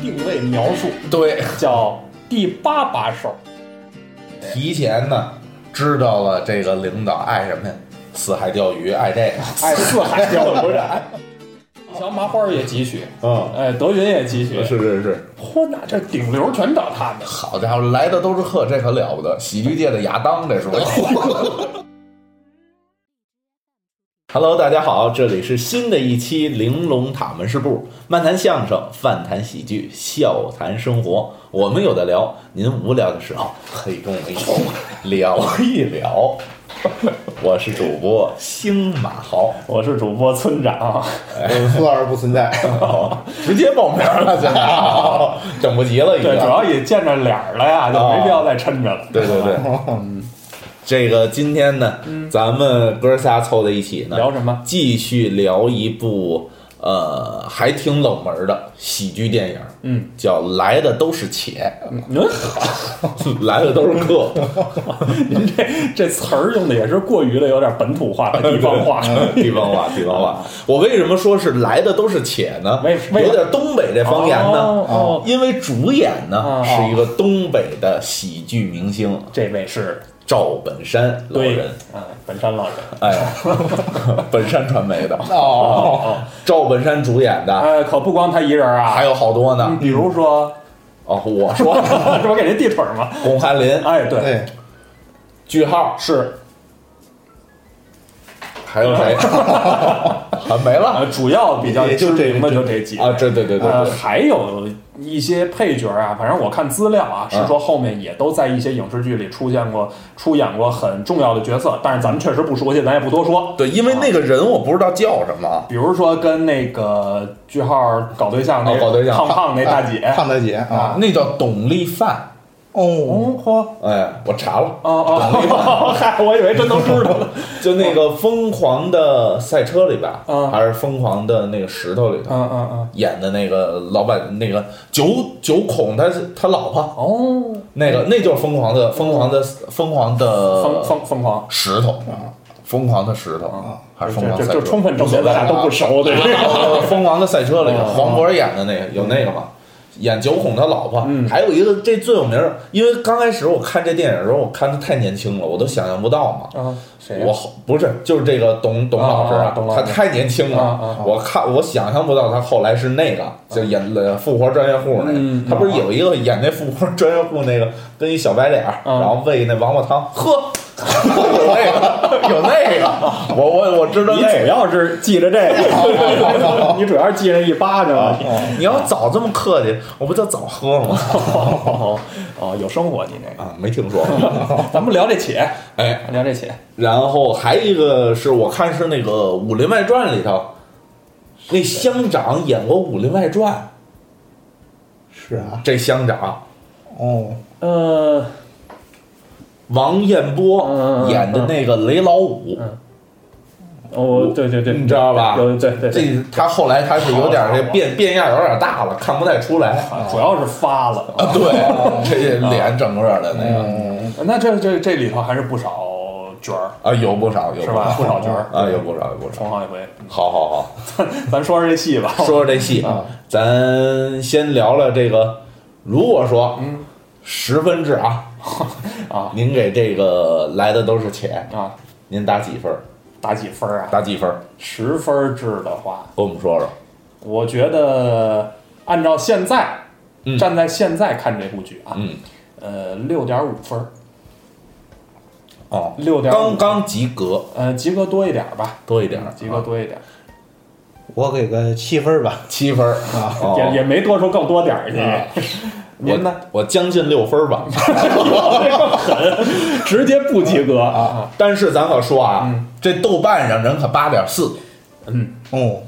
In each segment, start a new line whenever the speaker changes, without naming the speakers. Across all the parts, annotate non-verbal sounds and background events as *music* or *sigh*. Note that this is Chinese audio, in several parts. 定位描述，
对，
叫第八把手。
提前呢知道了这个领导爱什么呀，四海钓鱼爱这个，
哎， *laughs* 四海钓鱼人，
爱，
小麻花儿也急需，
*laughs* 嗯，
哎，德云也急需，
是是是，
嚯，那这顶流全找他们。
好家伙，来的都是客，这可了不得，喜剧界的亚当，这是我。
Hello，大家好，这里是新的一期玲珑塔门市部，漫谈相声，饭谈喜剧，笑谈生活，我们有的聊。您无聊的时候可以跟我们一起聊一聊。 *laughs* 我是主播星马豪， *laughs*
我是主播村长，
苏老师不存在，直接报名了，现在啊
*laughs*
整不急了，已经
对，
啊
主。要也见着脸儿了呀，就没必要再抻着了。
对对对，
这个今天呢，咱们哥仨凑在一起呢，
*laughs* 聊什么？
继续聊一部呃还挺冷门的喜剧电影，
嗯，
叫《来的都是且 *laughs*
您》，
来的都是客。
您 *laughs* 这这词儿用的也是过于的有点本土化和地方化。
地方话，地方话。我为什么说是来的都是且呢？
为为
有点东北这方言呢？
哦哦
因为主演呢、
哦
是一个东北的喜剧明星
这位是
赵本山老
对
人，，
嗯，本山老人。
哎，本山传媒的，啊
哦，
哦，
赵本山主演的，
哎，可不光他一人儿啊
啊还，有好多呢。
比如说， *laughs*
哦，我说
这不给您递腿儿吗？
巩汉林、
哎，对，
对，
句号，
是，
还有谁？ *laughs* 啊，没了
呃，主要比较
也就
知
这
名的就这几
啊！
位
对对对对
呃，
对，
还有一些配角啊，反正我看资料啊，是说后面也都在一些影视剧里出现过、出演过很重要的角色，但是咱们确实不熟悉，咱也不多说。
对，因为那个人我不知道叫什么，
比如说跟那个句号搞对象那
哦搞对象
胖胖那大姐，
胖大姐啊，
那叫董立范。
哦，
哦嚯，
哎，我查了，
哦哦，嗨，我以为真都知道了。
就那个《疯狂的赛车》里吧，
啊
嗯
还是《疯狂的那个石头》里头
嗯嗯嗯，
演的那个老板，那个九九孔他他老婆，
哦，
那个那就是疯狂的疯狂的疯
疯
狂的
疯疯狂，
石头，疯狂的石头
啊，
还是
这
疯狂
这
赛
这
车？
充分证明咱俩都不熟，对吧？
呃疯狂的赛车里
哦
黄渤演的那个有那个吗？演九孔他老婆
嗯，
还有一个这最有名儿，因为刚开始我看这电影的时候，我看他太年轻了，我都想象不到嘛。
啊，谁呀
我好不是就是这个董董老师
啊啊董老
他
师
太年轻
啊
了
啊，
我看我想象不到他后来是那个就演了富活专业户那
嗯
个，他不是有一个演那富活专业户那个跟一小白脸儿，
啊
然后喂那王八汤，喝。有那个，有那个，我我我知道
你
那
主
个。
要是记着这 *laughs* 个，你主要是记着一巴掌啊。
你要早这么客气，我不就早喝了吗？
哦哦，有生活你那
啊，没听说。
个，咱们聊这且，
*laughs* 哎，
聊这且，
然后还有一个是我看是那个《武林外传》里头，那乡长演过《武林外传》，
是啊，
这乡长
哦，
呃，
王彦
嗯嗯
波
嗯
演的那个雷老五，
嗯我哦对对对，
你知道吧？
有对对对，
这他后来他是有点
好
这
好好
变变样，有点大了，看不太出来。
啊主要是发了，
啊，
哦
对，这脸整个的那个
嗯，
那这这这里头还是不少角儿
啊，有不少，有
是
不
吧？嗯
少
不少角 *laughs* 儿，
啊，有不少，有不少
重。好一回。
好好好，
咱说说这戏吧，
说说这戏，
嗯
啊，咱先聊聊这个。如果说，
嗯，
十分制啊，
*laughs* 啊
您给这个来的都是钱，
啊，
您打几分儿？
打几分啊？
打几分儿？
十分制的话，
跟我们说说。
我觉得按照现在，
嗯
站在现在看这部剧啊，
嗯，
呃，六点五分儿，
哦，
六点
刚刚及格，
呃及格多一点儿吧，
多一点儿，
及格嗯多一点儿，
我给个七分吧，
七分儿
啊
哦啊
也也没多出更多点儿去。 *laughs* 您呢？嗯
我我将近六分儿吧，
直接不及格啊！
但是咱可说啊
嗯，
这豆瓣上人可八点四，
嗯，
哦，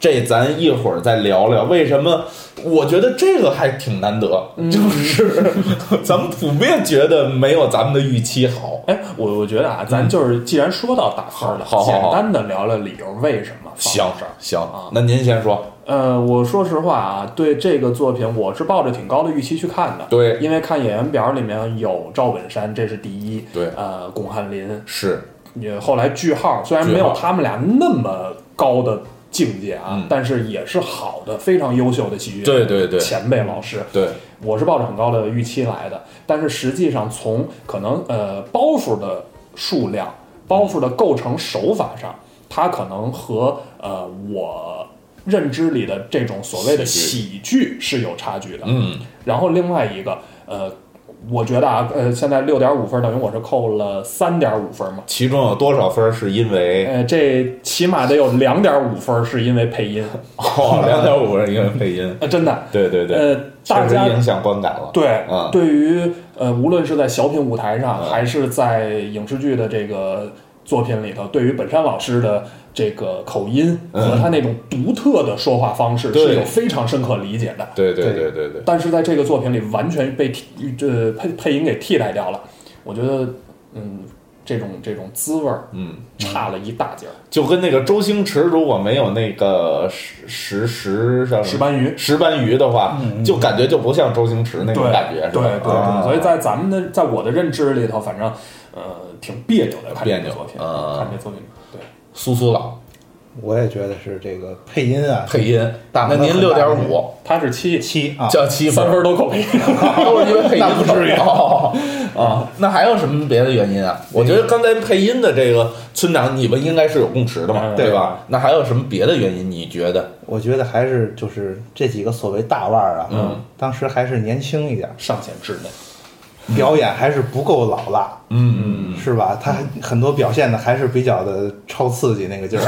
这咱一会儿再聊聊为什么？我觉得这个还挺难得，
嗯
就是
*laughs*
咱们普遍觉得没有咱们的预期好。
哎，我我觉得啊，咱就是既然说到打分了，
嗯好好好
简单的聊聊理由，为什么
行
放这儿？
行
啊，
那您先说。
呃，我说实话啊，对这个作品我是抱着挺高的预期去看的。
对
因为看演员表里面有赵本山，这是第一。
对
呃，巩汉林，
是
也后来句号，虽然没
句
有
号
他们俩那么高的境界啊，
嗯
但是也是好的、非常优秀的戏剧
对对对
前辈老师。
对，
我是抱着很高的预期来的，但是实际上从可能呃包袱的数量、包袱的构成手法上，它可能和呃我认知里的这种所谓的喜剧是有差距的。
嗯，
然后另外一个呃，我觉得啊，呃，现在六点五分等于我是扣了三点五分嘛。
其中有多少分儿是
*laughs*
因为
呃，这起码得有两点五分是因为配音，
哦两点五是因为配音？
呃，真的，
对对对，
呃，大
确
家
实影响观感了。
对
啊，
对于呃，无论是在小品舞台上，还是在影视剧的这个作品里头，对于本山老师的这个口音和他那种独特的说话方式，
嗯对
是有非常深刻理解的。
对对对
对
对对，
但是在这个作品里，完全被替呃配配音给替代掉了。我觉得，嗯，这种这种滋味儿
嗯，
差了一大截儿。
就跟那个周星驰如果没有那个石石石叫什
石
么
斑鱼，
石斑鱼的话，就感觉就不像周星驰那种
对
感觉，是
对
吧？
对
啊
对，所以在咱们的在我的认知里头，反正呃挺别扭的，看这
别
个
扭
作品，
啊
看这作品，对。
苏苏老
我也觉得是这个配音啊，
配音，
大
那您六点五
他是七，
七啊，
叫七分
三
儿，
分都够配。
*laughs* 都是因为配音
那不至于
哦啊。那还有什么别的原因啊？我觉得刚才配音的这个村长，你们应该是有共识的嘛，
嗯
对吧？那还有什么别的原因？你觉得？
我觉得还是就是这几个所谓大腕儿啊，
嗯，
当时还是年轻一点儿，
上限稚嫩，
表演还是不够老辣，
嗯，
是吧？他很多表现的还是比较的超刺激那个劲儿，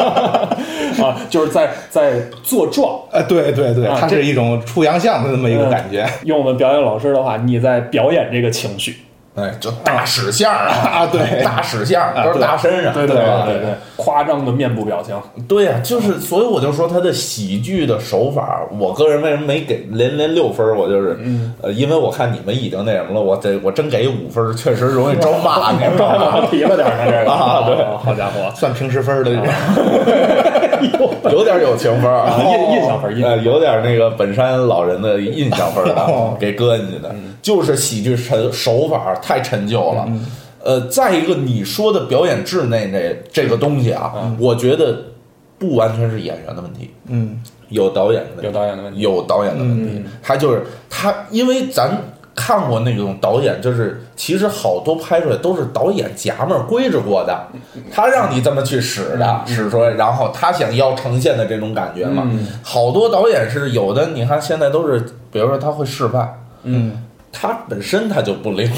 *laughs*
啊，就是在在做状。
啊，对对对，
啊
它
这
是一种出洋相的那么一个感觉
嗯
用我们表演老师的话，你在表演这个情绪。
哎，就大使相啊，
啊，对，
大使相
啊
都是大身上，
对
吧？
对对，夸张的面部表
*laughs*
情，
对呀、就是，所以我就说他的喜剧的手法，我个人为什么没给连连六分儿？我就是，呃，因为我看你们已经那什么了，我得我真给五分儿，确实容易招骂，你知道吗？
啊提了点儿呢，这个
啊对
好好家伙，
算平时分儿的这种，
*laughs* 有点有情分儿啊，
印印象分儿印象
呃，有点那个本山老人的印象分儿啊
哦，
给搁进去的，就是喜剧陈手法太陈旧了。呃，再一个你说的表演稚内这这个东西啊，我觉得不完全是演员的问题，
嗯，
有导演的问题，
有导演的问题。嗯
有导演的问题，他就是他，因为咱看过那种导演，就是其实好多拍出来都是导演夹们儿规制过的，
嗯
他让你这么去使的，使出来，然后他想要呈现的这种感觉嘛。
嗯
好多导演是有的，你看现在都是，比如说他会示范，
嗯，
他本身他
*laughs*
就不灵，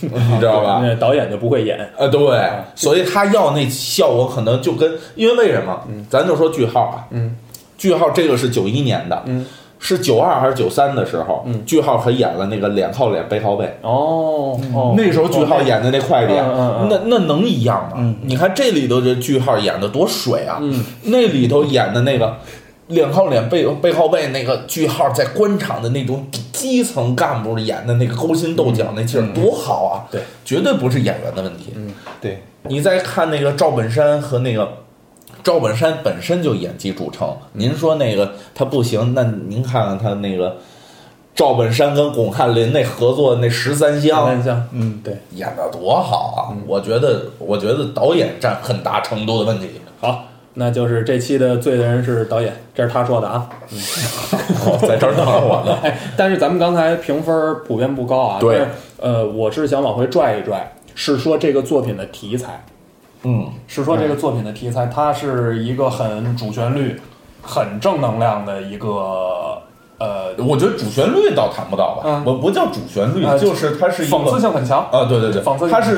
你知道吧？
那导演就不会演，
呃，对，
嗯
所以他要那效果可能就跟，因为为什么？咱就说句号啊，
嗯，
句号这个是九一年的，
嗯，
是九二还是九三的时候，
嗯
句号还演了那个脸靠脸背靠背，
哦哦，
那时候句号演的那快点，
嗯嗯嗯
那那能一样吗？
嗯
你看这里头这句号演的多水啊，
嗯
那里头演的那个脸靠脸背背靠背那个句号在官场的那种基层干部演的那个勾心斗角那劲儿多好啊！
嗯对，嗯
绝对不是演员的问题。
对，
你再看那个赵本山和那个赵本山本身就演技著称，您说那个他不行，那您看看他那个赵本山跟巩汉林那合作那十三香
像像
嗯，
对，
演的多好啊！
嗯
我觉得，我觉得导演占很大程度的问题。 *laughs*
好，那就是这期的罪的人是导演，这是他说的啊。
在这儿等着我呢。
哎， *laughs* 但是咱们刚才评分儿普遍不高啊。
对
但是呃，我是想往回拽一拽，啊是说这个作品的题材，
嗯，
是说这个作品的题材，它是一个很主旋律、很正能量的一个呃，
嗯我觉得主旋律倒谈不到吧
嗯，
我不叫主旋律
啊，
就是它是一
讽刺
个
性很强。
啊，对对对，
讽刺性
它是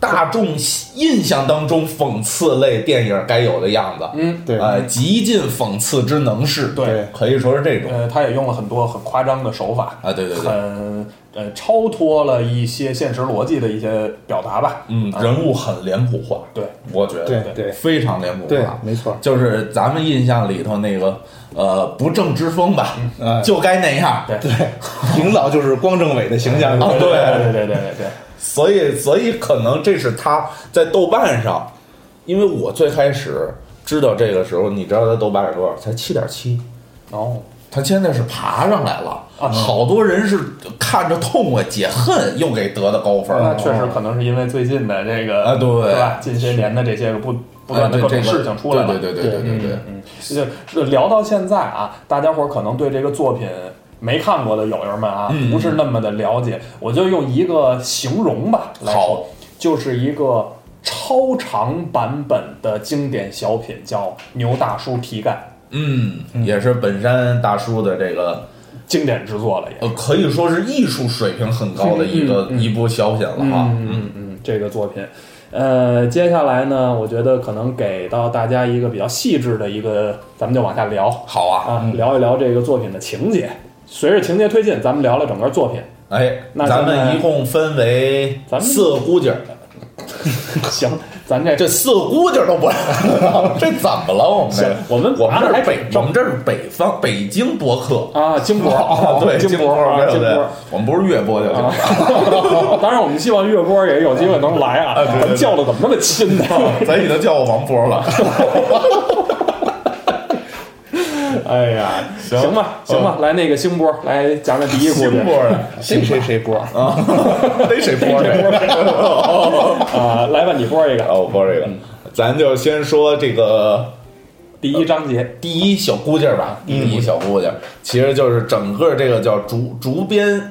大众印象当中讽刺类电影该有的样子。
嗯，
对，
呃，极尽讽刺之能事，
对，
可以说是这种
呃，他也用了很多很夸张的手法，
啊，对对对，
很呃超脱了一些现实逻辑的一些表达吧。
嗯，人物很脸谱化，
对，
我觉得
啊对对
非常脸谱
对
化，，
没错，
就是咱们印象里头那个呃不正之风吧，呃
哎
就该那样， *laughs*
对，
领导就是光政委的形象，
啊对
对对对对对
所以所以可能这是他在豆瓣上，因为我最开始知道这个时候，你知道他豆瓣是多少？才七点七，
对。哦，
他现在是爬上来了，
啊
好多人是看着痛快解恨，
啊
又给得的高分儿，
那确实可能是因为最近的这个
哦啊对
是吧？近些年的这些个不不断的
哎
各
对这
种
个
事情出来了。
对对对对对对对，
嗯，这聊到现在啊，大家伙儿可能对这个作品没看过的友友们啊，
嗯
不是那么的了解，我就用一个形容吧来
好
说，就是一个超长版本的经典小品，叫《牛大叔提干
嗯，也是本山大叔的这个》，
经典之作了也。
呃，可以说是艺术水平很高的一个一部小品了啊。
嗯嗯嗯，这个作品。呃，接下来呢，我觉得可能给到大家一个比较细致的一个，咱们就往下聊
好啊，
啊，聊一聊这个作品的情节。随着情节推进，咱们聊聊整个作 *laughs* 品。
哎，
那
咱
咱们
一共分为
咱们
四个姑姐儿，
行，咱这
这四个姑姐儿都不知道，这怎么了？ *laughs* 我们这
行我们
我们这
拿得还
是北
挺，
我
正
们这是北方北京博客。
啊，金箔，啊
*laughs* 对，
金箔啊，
对
金
对 *laughs*
箔。，
我们不是越播就行了。
*laughs* 当然，我们希望月波也有机会能 *laughs* 来啊。咱们叫的怎么那么亲呢？
咱已经叫我王波了。
*laughs* 哎呀，
行
*laughs* 行吧，行嗯吧，来那个星波，来讲讲第一故
新
事。
波的，
谁谁谁播？
啊逮谁波 *laughs* 这？
*laughs* 啊，来吧，你播一
啊，
个。
我播这个，咱就先说这个
第一章节，
第一小姑姐儿吧，第一小姑姐儿，其实就是整个这个叫竹竹编，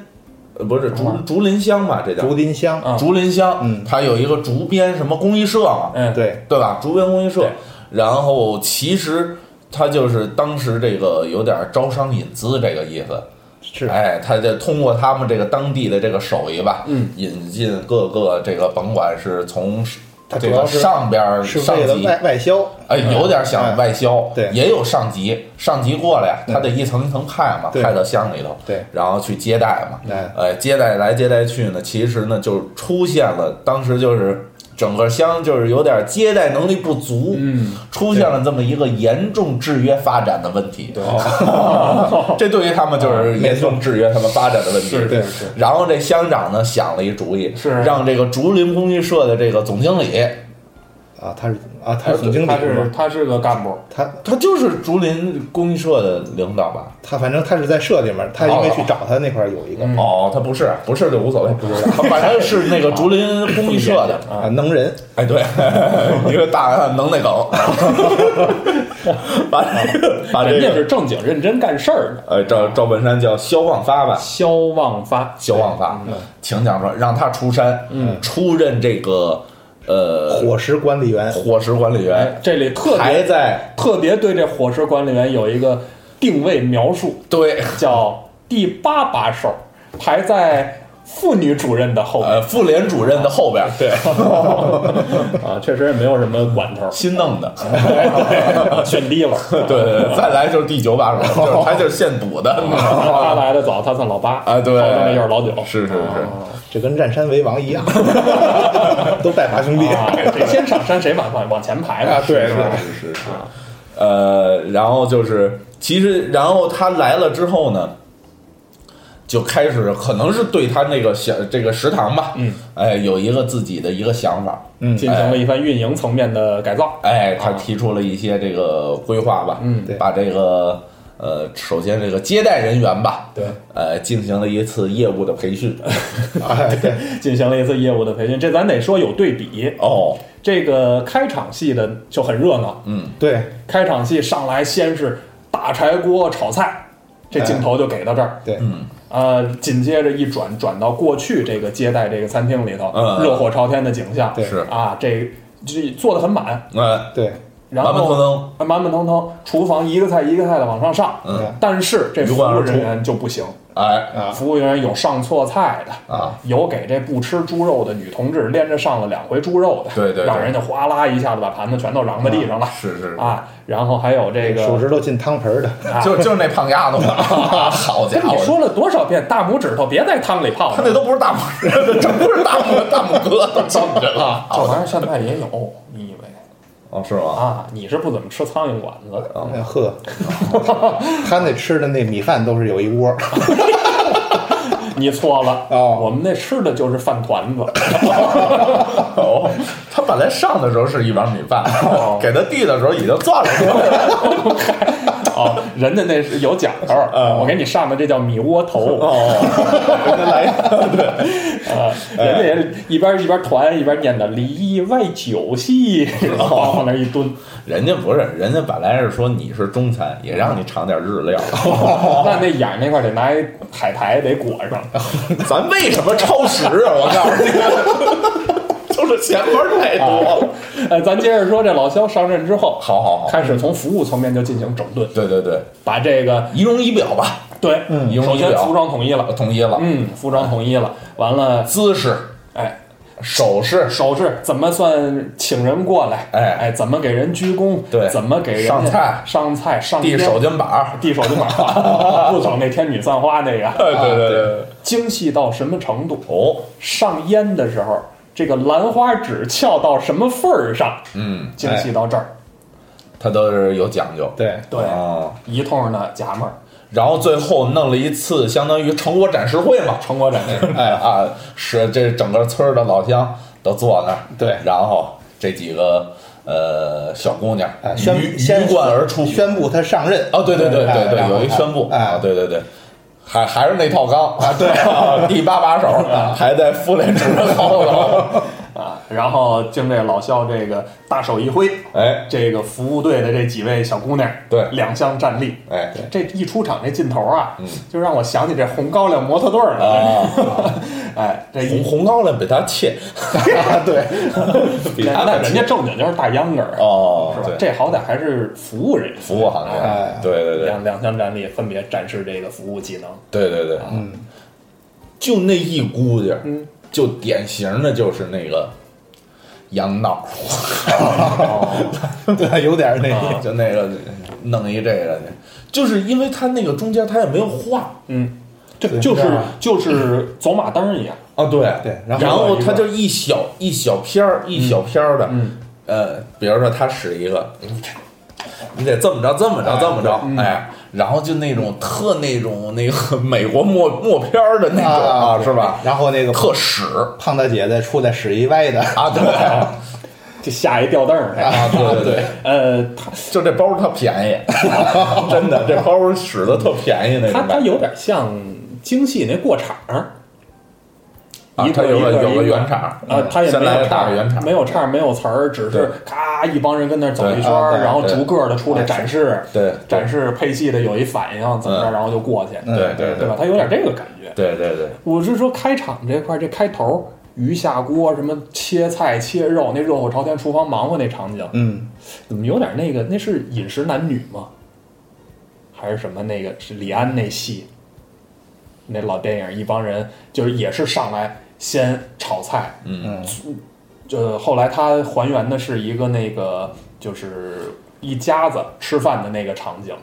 呃，不是竹竹林乡吧？这叫
竹林香
啊
竹林乡，
嗯
它有一个竹编什么公益社嘛，
嗯，，
对，
对吧？竹编公益社
对，
然后其实它就是当时这个有点招商引资这个意思。
是
哎，他就通过他们这个当地的这个手艺吧，
嗯，
引进各个这个，甭管是从
它
这
主
个
要是
上边儿
是
上
为了
级
外外销。
哎，有点想外销，
对
也有上级，上级过来呀，
嗯
他得一层一层派嘛，
对
派到乡里头，
对
然后去接待嘛，
哎
呃，接待来接待去呢，其实呢就出现了，当时就是整个乡就是有点接待能力不足，
嗯，
出现了这么一个严重制约发展的问题，对， *laughs* 这对于他们就是严重制约他们发展的问题，
是
对
是，
然后这乡长呢想了一主意，
是
让这个竹林公益社的这个总经理，
啊，他是啊，他是总经理
他
是
是
吧？
他是个干部，
他
他就是竹林公益社的领导吧？
他反正他是在社里面，他因为去找他那块儿有一个
嗯
哦，他不是，不是就无所谓，不是，反正是那个竹林公益社的。
啊能人，
哎，对，一个大能耐狗，把这个把
啊
这
人家是
个
正经认真干事儿的。
呃赵赵本山叫萧望发吧，
肖望发，
萧望发，请讲说让他出山，出任这个呃
伙食管理员，
伙食管理
哎
员，，
这里特
还
别
在
特别对这伙食管理员有一个定位描述，
对
叫第八把手，排在妇女主任的后面
呃妇联主任的后边，对，
哎
啊，确实也没有什么管头，
新弄的，
哎 *laughs*
*laughs* 选低了。
对对对，再来就是第九把手，就是他就是现补的，你知道吗
他来的早，他算老八
哎
啊对
后面就是老九，
是是是。
这跟占山为王一样， *laughs* 都拜把兄弟。
啊，
哦
谁先上山谁往往往前排嘛。
啊对是
吧？
是是是， *laughs* 呃，然后就是其实，然后他来了之后呢，就开始可能是对他那个小这个食堂吧，
嗯，
哎，有一个自己的一个想法，
嗯
进行了一番运营层面的改造。
哎，他提出了一些这个规划吧，
啊嗯
对
把这个呃，首先这个接待人员吧，
对，
呃，进行了一次业务的
*laughs*
培训，
啊
哎，对，
进行了一次业务的培训，这咱得说有对比。
哦，
这个开场戏的就很热闹，
嗯，
*laughs* 对，
开场戏上来先是大柴锅炒菜，这镜头就给到这儿。
对，
嗯哎
呃，紧接着一转转到过去这个接待这个餐厅里头，
嗯
热火朝天的景象，
对
是
啊，这这做的很满，
呃，
对，
然
满满腾
后啊
腾，
满满腾腾，厨房一个菜一个菜的往上上，
嗯，
但是这
鱼
服
贯
务
而出
人员就不行，
哎，
啊
呃服务人员有上错菜的
啊，
有给这不吃猪肉的女同志连着上了两回猪肉的，
对对对
让人家哗啦一下子把盘子全都嚷在地上了，
是是是
啊，然后还有这个
手指头进汤盆儿的，
啊
就就是那胖丫头，
*laughs*
好家
跟
伙，
你说了多少遍，大拇指头别在汤里泡
他那
了。
都不是大拇指，这不是大拇大拇哥都进去了。
这玩意儿现在也有，你以为
哦，是吗？
啊？你是不怎么吃苍蝇馆子的？
哦
哎呵， *laughs* 他那吃的那米饭都是有一
*laughs*
窝儿，
你错了
哦
我们那吃的就是饭团子， *laughs*
哦，他本来上的时候是一碗米饭
哦，
*laughs* 给他递的时候已经攥了过来了。
啊，人家那是有讲究儿，
嗯
我给你上的这叫米窝头，
哦跟他 *laughs* 来一个
啊，人家也是一边一边团一边念的里外九戏，然后往那儿一蹲，
人家不是，人家本来是说你是中餐，也让你尝点日料。哦
那那眼儿那块儿得拿一海苔得裹上，
*laughs* 咱为什么超时啊？我告诉你， *laughs* 就是钱包太多了。
呃，咱接着说这老肖上任之后，
好好好，
开始从服务层面就进行整顿，
对对对，
把这个
仪容仪表吧，
对，
仪
嗯
容
首
仪
先服
表
装统一了，
统一了，
嗯，服装统一了，完了，
姿势、
哎，
手势，
手势怎么算请人过来？
哎
哎，怎么给人鞠躬？
对
怎么给人
上
家
菜
上菜上
递
边
手巾板儿。
递手就买 *laughs* 了，不走那天女散花那个，
对对对啊对，
精细到什么程度？
哦，
上烟的时候，这个兰花指翘到什么份儿上？
嗯，
精细到这儿，
他都是有讲究。
对，啊
对，
哦，
一通的夹门儿，
然后最后弄了一次相当于成果展示会
*laughs*
嘛，
成果展
*laughs*
示。
哎啊，是这整个村儿的老乡都坐那儿，
对
然后这几个呃小姑娘
哎宣
鱼
先
鱼贯而出，
宣布他上任。
哦，对对对对对，
哎
有一宣布
哎
啊，对对对。还还是那套钢啊，对， *laughs* 第八把手
啊
还在妇联主任后
*laughs*
头，
啊，然后经这老肖这个大手一挥，
哎
这个服务队的这几位小姑娘，
对
两相站立，
哎嗯
这一出场这劲头啊，就让我想起这红高粱模特队儿了。
啊，
*laughs* 哎，这
红
一
红高粱比他切，
*laughs* 对，
*laughs* 比他
那
再
人
切
家正经就是大秧歌儿，啊
哦
是，吧？
对，
这好歹还是服务人员，
服务行
哎
业，对对对
两两项战力分别展示这个服务技能。
对对对，嗯，就那一估计，
嗯，
就典型的就是那个洋脑，哦
*laughs* 对，有点那
啊
个，
就那个弄一这个去，就是因为他那个中间他也没有画
嗯，对，
对
就是
是啊
就是走马灯儿一样。
啊，对
对
然
然后
后
有一
他
个
就一小一小片儿一小片儿的，
嗯，
呃，比如说他使一个，你看你得这么着，这么着，这么着，
嗯
哎，然后就那种特那种那个美国默默片儿的那种
啊
是吧？
然后那个
特使
胖大姐再出来使
*laughs*
一歪的，
啊，对啊，
就下一吊凳儿。哎
对对啊对。
呃，他
就这包儿特便宜， *laughs* 真的，这包儿使的特便宜那
他
种
他
感觉。
有点像京戏那过场儿，
啊
一
它
个
有
一
个
个
有个
一
圆场儿
啊，他也
嗯先
没
来
有
个大
唱
圆场儿
没有唱儿，没有词儿，只
对
是咔一帮人跟那儿走
对
一圈
啊
儿，
对
然后
对哎
逐个的出来展示，
对
展示配戏的有一反应怎么着，
嗯
然后就过去，
对对
对吧？他有点这个感觉。
对对对，
我是说开场这块儿，这开头鱼下锅，什么切菜切肉，那热火朝天厨房忙活那场景，
嗯，
怎么有点那个？那是饮食男女吗？还是什么那个是李安那戏？那老电影，一帮人就是也是上来先炒菜，
嗯
呃，后来他还原的是一个那个就是一家子吃饭的那个场景，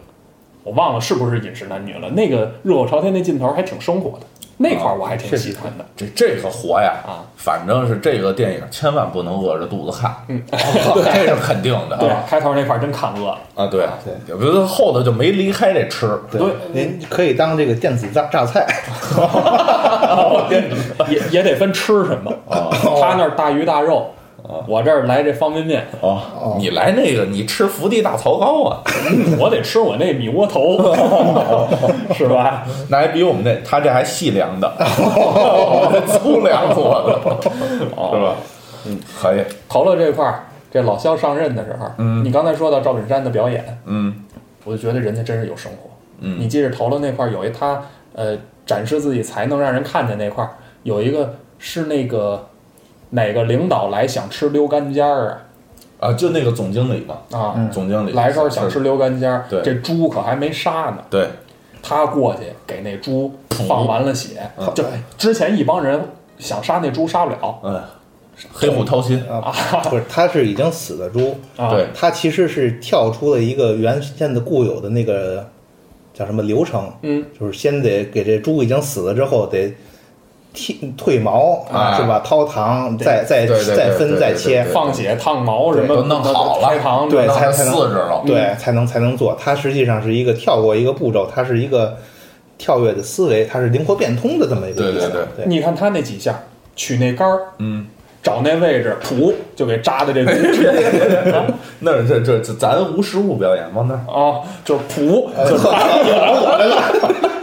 我忘了是不是饮食男女了。那个热火朝天那劲头还挺生活的，那块儿我还挺喜欢的。
这这个活呀
啊，
反正是这个电影千万不能饿着肚子看，
嗯
*laughs* 这是肯定
*laughs*
的
对，开头那块儿真看饿了。
啊，对
对，
也不是后头就没离开这吃，
对
您可以当这个电子榨
*laughs*
榨菜，
*laughs* 也也得分吃什么。
哦
他那儿大鱼大肉，我这儿来这方便面，
哦，你来那个你吃福地大槽糕啊，
我得吃我那米窝
*laughs*
头，是吧？
那还比我们这他这还细粮的，我们这粗粮做的，是吧？嗯，可以，
头了这块儿，这老肖上任的时候，你刚才说到赵本山的表演，
嗯。
我就觉得人家真是有生活。
嗯
你记着头了那块儿有一他呃展示自己才能让人看见那块儿有一个是那个哪个领导来想吃溜肝尖儿啊
啊，就那个总经理嘛，
啊、
总经理
来这儿想吃，溜肝尖儿，
对
这猪可还没杀呢，
对，
他过去给那猪放完了血，就之前一帮人想杀那猪杀不了
嗯，黑虎掏心，
啊不是，他是已经死的猪，
啊，
对
他其实是跳出了一个原先的固有的那个叫什么流程，
嗯，
就是先得给这猪已经死了之后得剃褪毛
啊
是吧？掏糖，再再
对对对
再
对
分再
对
切
对，
放血烫毛什么
都弄好了
开膛
对
弄
才
成
才能
四十了，
对，才能才能做。它实际上是一个跳过一个步骤，它是一个跳跃的思维，它是灵活变通的这么一个
对
意思。
对
对
你看他那几下取那杆儿，
嗯，
找那位置噗就给扎在这中间
*laughs* 那这这这咱无实物表演，往那儿
啊，就是噗就扎
*laughs*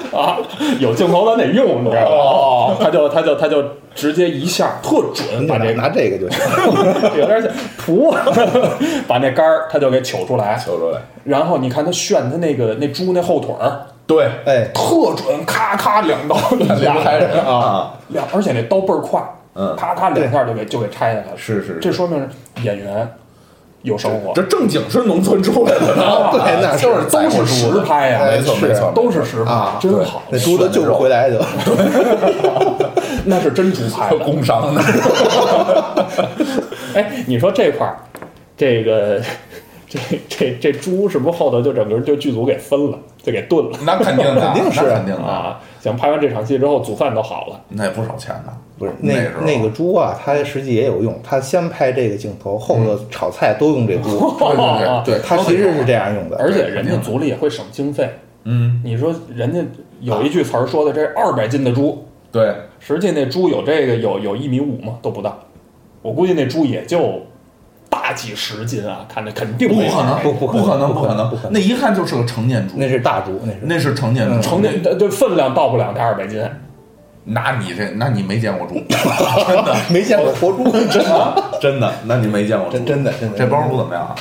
啊，有镜头咱得用，你知道吗？
哦，
他就他就他就直接一下特准，
你
把
拿
这
拿这个就行。
*laughs* 有点像噗， *laughs* 把那杆儿他就给揪出来，
求出来，
然后你看他炫他那个那猪那后腿儿
对，
哎，
特准，咔咔两刀就
*laughs* 离不
俩
开人啊，
两，而且那刀倍儿快，
嗯
咔咔两下就给就给拆下来了。
是是
这说明演员有生活，
这正经是农村出来的，
对，那
就是
都是实拍呀，
哎
没错
是
没错，
都是实拍
啊，
真好，
那猪都救不回来就。
那是真猪拍的。
*laughs* 工伤的，
哎，你说这块儿，这个。 *laughs* 这这这猪是不是后头就整个就剧组给分了，就给炖了
那肯定的，
肯定是
那肯定的，
啊？想拍完这场戏之后，煮饭都好了，
那也不少钱呢，
不是
那
那
时候
那个猪啊，它实际也有用。它先拍这个镜头，后头炒菜都用这猪。 *laughs*
对对对，对
它其实是这样用的。
而且人
肯定
家
的
组里也会省经费。
嗯，
你说人家有一句词儿说的，这二百斤的猪，
对，
实际那猪有这个有有一米五吗？都不到，我估计那猪也就大几十斤啊，看着肯定
不
没
可能，
不
不
不可能
可能，不可
不可能
能
不可，能
那一看就是个成年猪，
那是大猪，那是
那是成年猪，
成年对对分量到不了它二百斤，
那你这，那你没见过猪， *laughs* 真的，
没见过活猪，真
哦
的
啊真的，那你没见过猪，
真真的真的。
这包猪怎么样啊？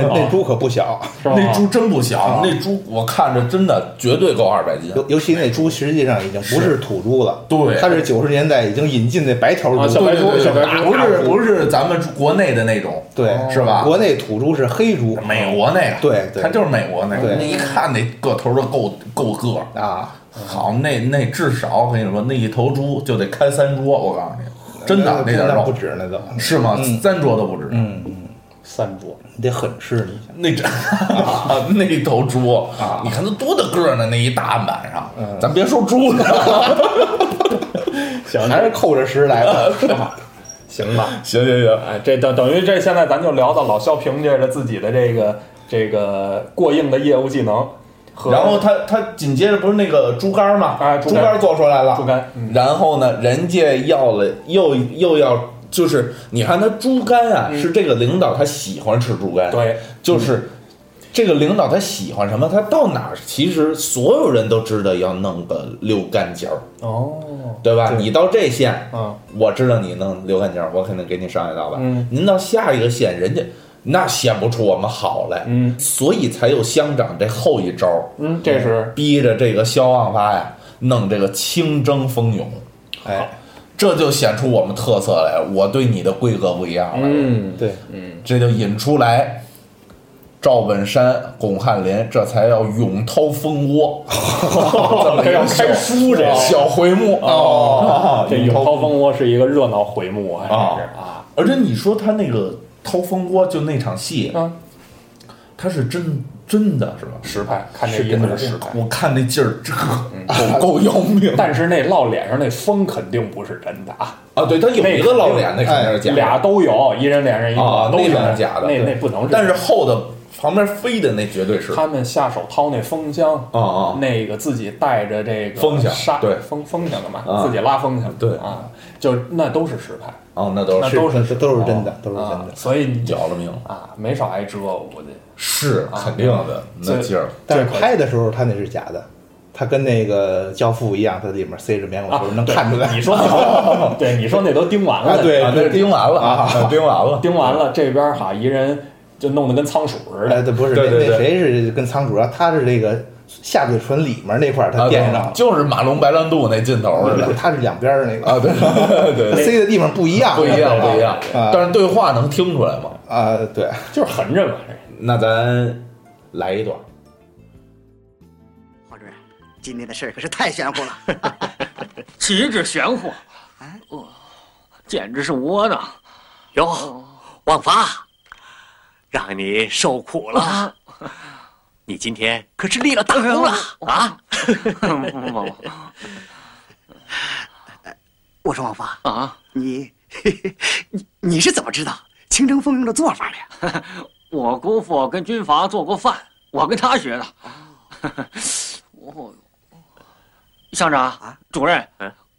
那那猪可不小，
是吧？
那猪真不小，那猪我看着真的绝对够二百斤。
尤尤其那猪实际上已经不是土猪了，
对
它是九十年代已经引进那白条
啊
猪，
小白
对对
猪
对
小白
对，
猪
不是不是咱们国内的那种，
对，
是吧
国内土猪是黑猪，
美国那个，
对对
它就是美国那个，
对
那一看那个头就够够个儿。
啊，
好，那那至少我跟你说，那一头猪就得看三桌，我告诉你，真的
那
那点
那不
肉
止那都，
是吗？
嗯
三桌都不止，
三桌，
你得狠吃，你想
那这 *laughs* 那头猪，
啊
你看它多大个儿呢？那一大案板上，
嗯
咱别说猪
*laughs*
了，
行
还是扣着食
*laughs*
来的，
行吧。
行行行，
哎，这等等于这现在咱就聊到老肖凭借着自己的这个这个过硬的业务技能和
然后他他紧接着不是那个猪肝儿嘛，
啊
猪
猪肝儿
做出来了，
猪肝嗯
然后呢，人家要了又又要就是你看他猪肝啊，是这个领导他喜欢吃猪肝，
嗯对，
就是。这个领导他喜欢什么？他到哪儿，其实所有人都知道要弄个溜干尖儿，
哦，
对吧？你到这线，
嗯，
我知道你弄溜干尖儿，我肯定给你上一道吧。
嗯
您到下一个县，人家那显不出我们好来，
嗯，
所以才有乡长这后一招，
嗯，这是
逼着这个萧望发呀弄这个清蒸蜂蛹，
哎，
这就显出我们特色来。我对你的规格不一样了，
嗯，
对，
这就引出来赵本山、巩汉林，这才要勇掏蜂 *laughs* 窝，这么一
这要
个小
开书这
小回目
啊
哦
这
勇
永涛蜂窝是一个热闹回目啊，
啊
这是啊，
而且你说他那个掏蜂窝就那场戏，
嗯，
他是真真的是吧？
实拍，看这
是
意
真
思
的
是实拍。嗯
我看那劲儿，这个够够要命
但是那烙脸上那风肯定不是真的啊，
啊！对他有一个老脸，那
那
肯定
个
是假的。
俩都有，一人脸上一
啊
个，，都
那
有
个是假的，
那
对
那不能是。
但是厚的旁边飞的那绝对是啊
他们下手掏那风箱，
啊，
那个自己带着这个
风箱
沙
对
风风箱干嘛？
啊
自己拉风箱，
对
啊，就那都是实拍
哦，那都
那
是
都是
是都是真的，都是真
啊
的，。
所以你
咬了啊命，
啊没少挨折，我估计
是肯定的，那
这
劲儿
但是
这可
拍的时候它那是假的，它跟那个《教父》一样，它里面塞着棉
啊
花球，能看出来。
你说那对你说那都盯完了，
啊对
啊，那是盯完了
啊，
那盯完了，
盯完了这边哈一人就弄得跟仓鼠似
*laughs* 哎，
的，
对，不是
对对
那
对
那谁是跟仓鼠啊？他是这个下嘴唇里面那块儿，
啊
他
对
垫上了，
就是马龙白兰度那劲头似的
他是两边儿那个
啊，对 *laughs* 对
它
对，
塞的地方不一样，
不一样不一样，
啊
但是对话能听出来吗？
啊，对，
就是横着嘛，这
那咱来一段，
黄主任，今天的事儿可是太玄乎了。
岂止玄乎，哦，简直是窝囊！
哟，旺发，让你受苦了。你今天可是立了大功了啊！我说旺发，
啊，
你 *laughs* 你你是怎么知道清蒸蜂蛹的做法的呀？
我姑父跟军阀做过饭，我跟他学的。 *laughs* 哦，乡长，主任，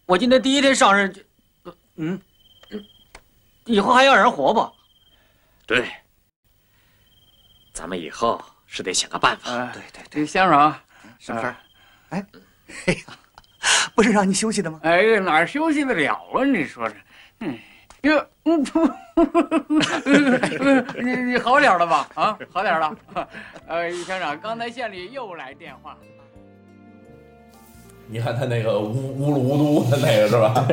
我今天第一天上任就，嗯，以后还要人活吧？
对，咱们以后是得想个办法。
对对对，先生啊，
什么事儿？哎，嘿呀，不是让你休息的吗？
哎呀，哪儿休息得了啊？你说这，嗯，哟，嗯，你你好点儿
*laughs*
了吧？啊，好点儿了。 *laughs* 呃，乡长，刚才县里又来电话。
你看他那个呜呜噜呜嘟的那个是吧？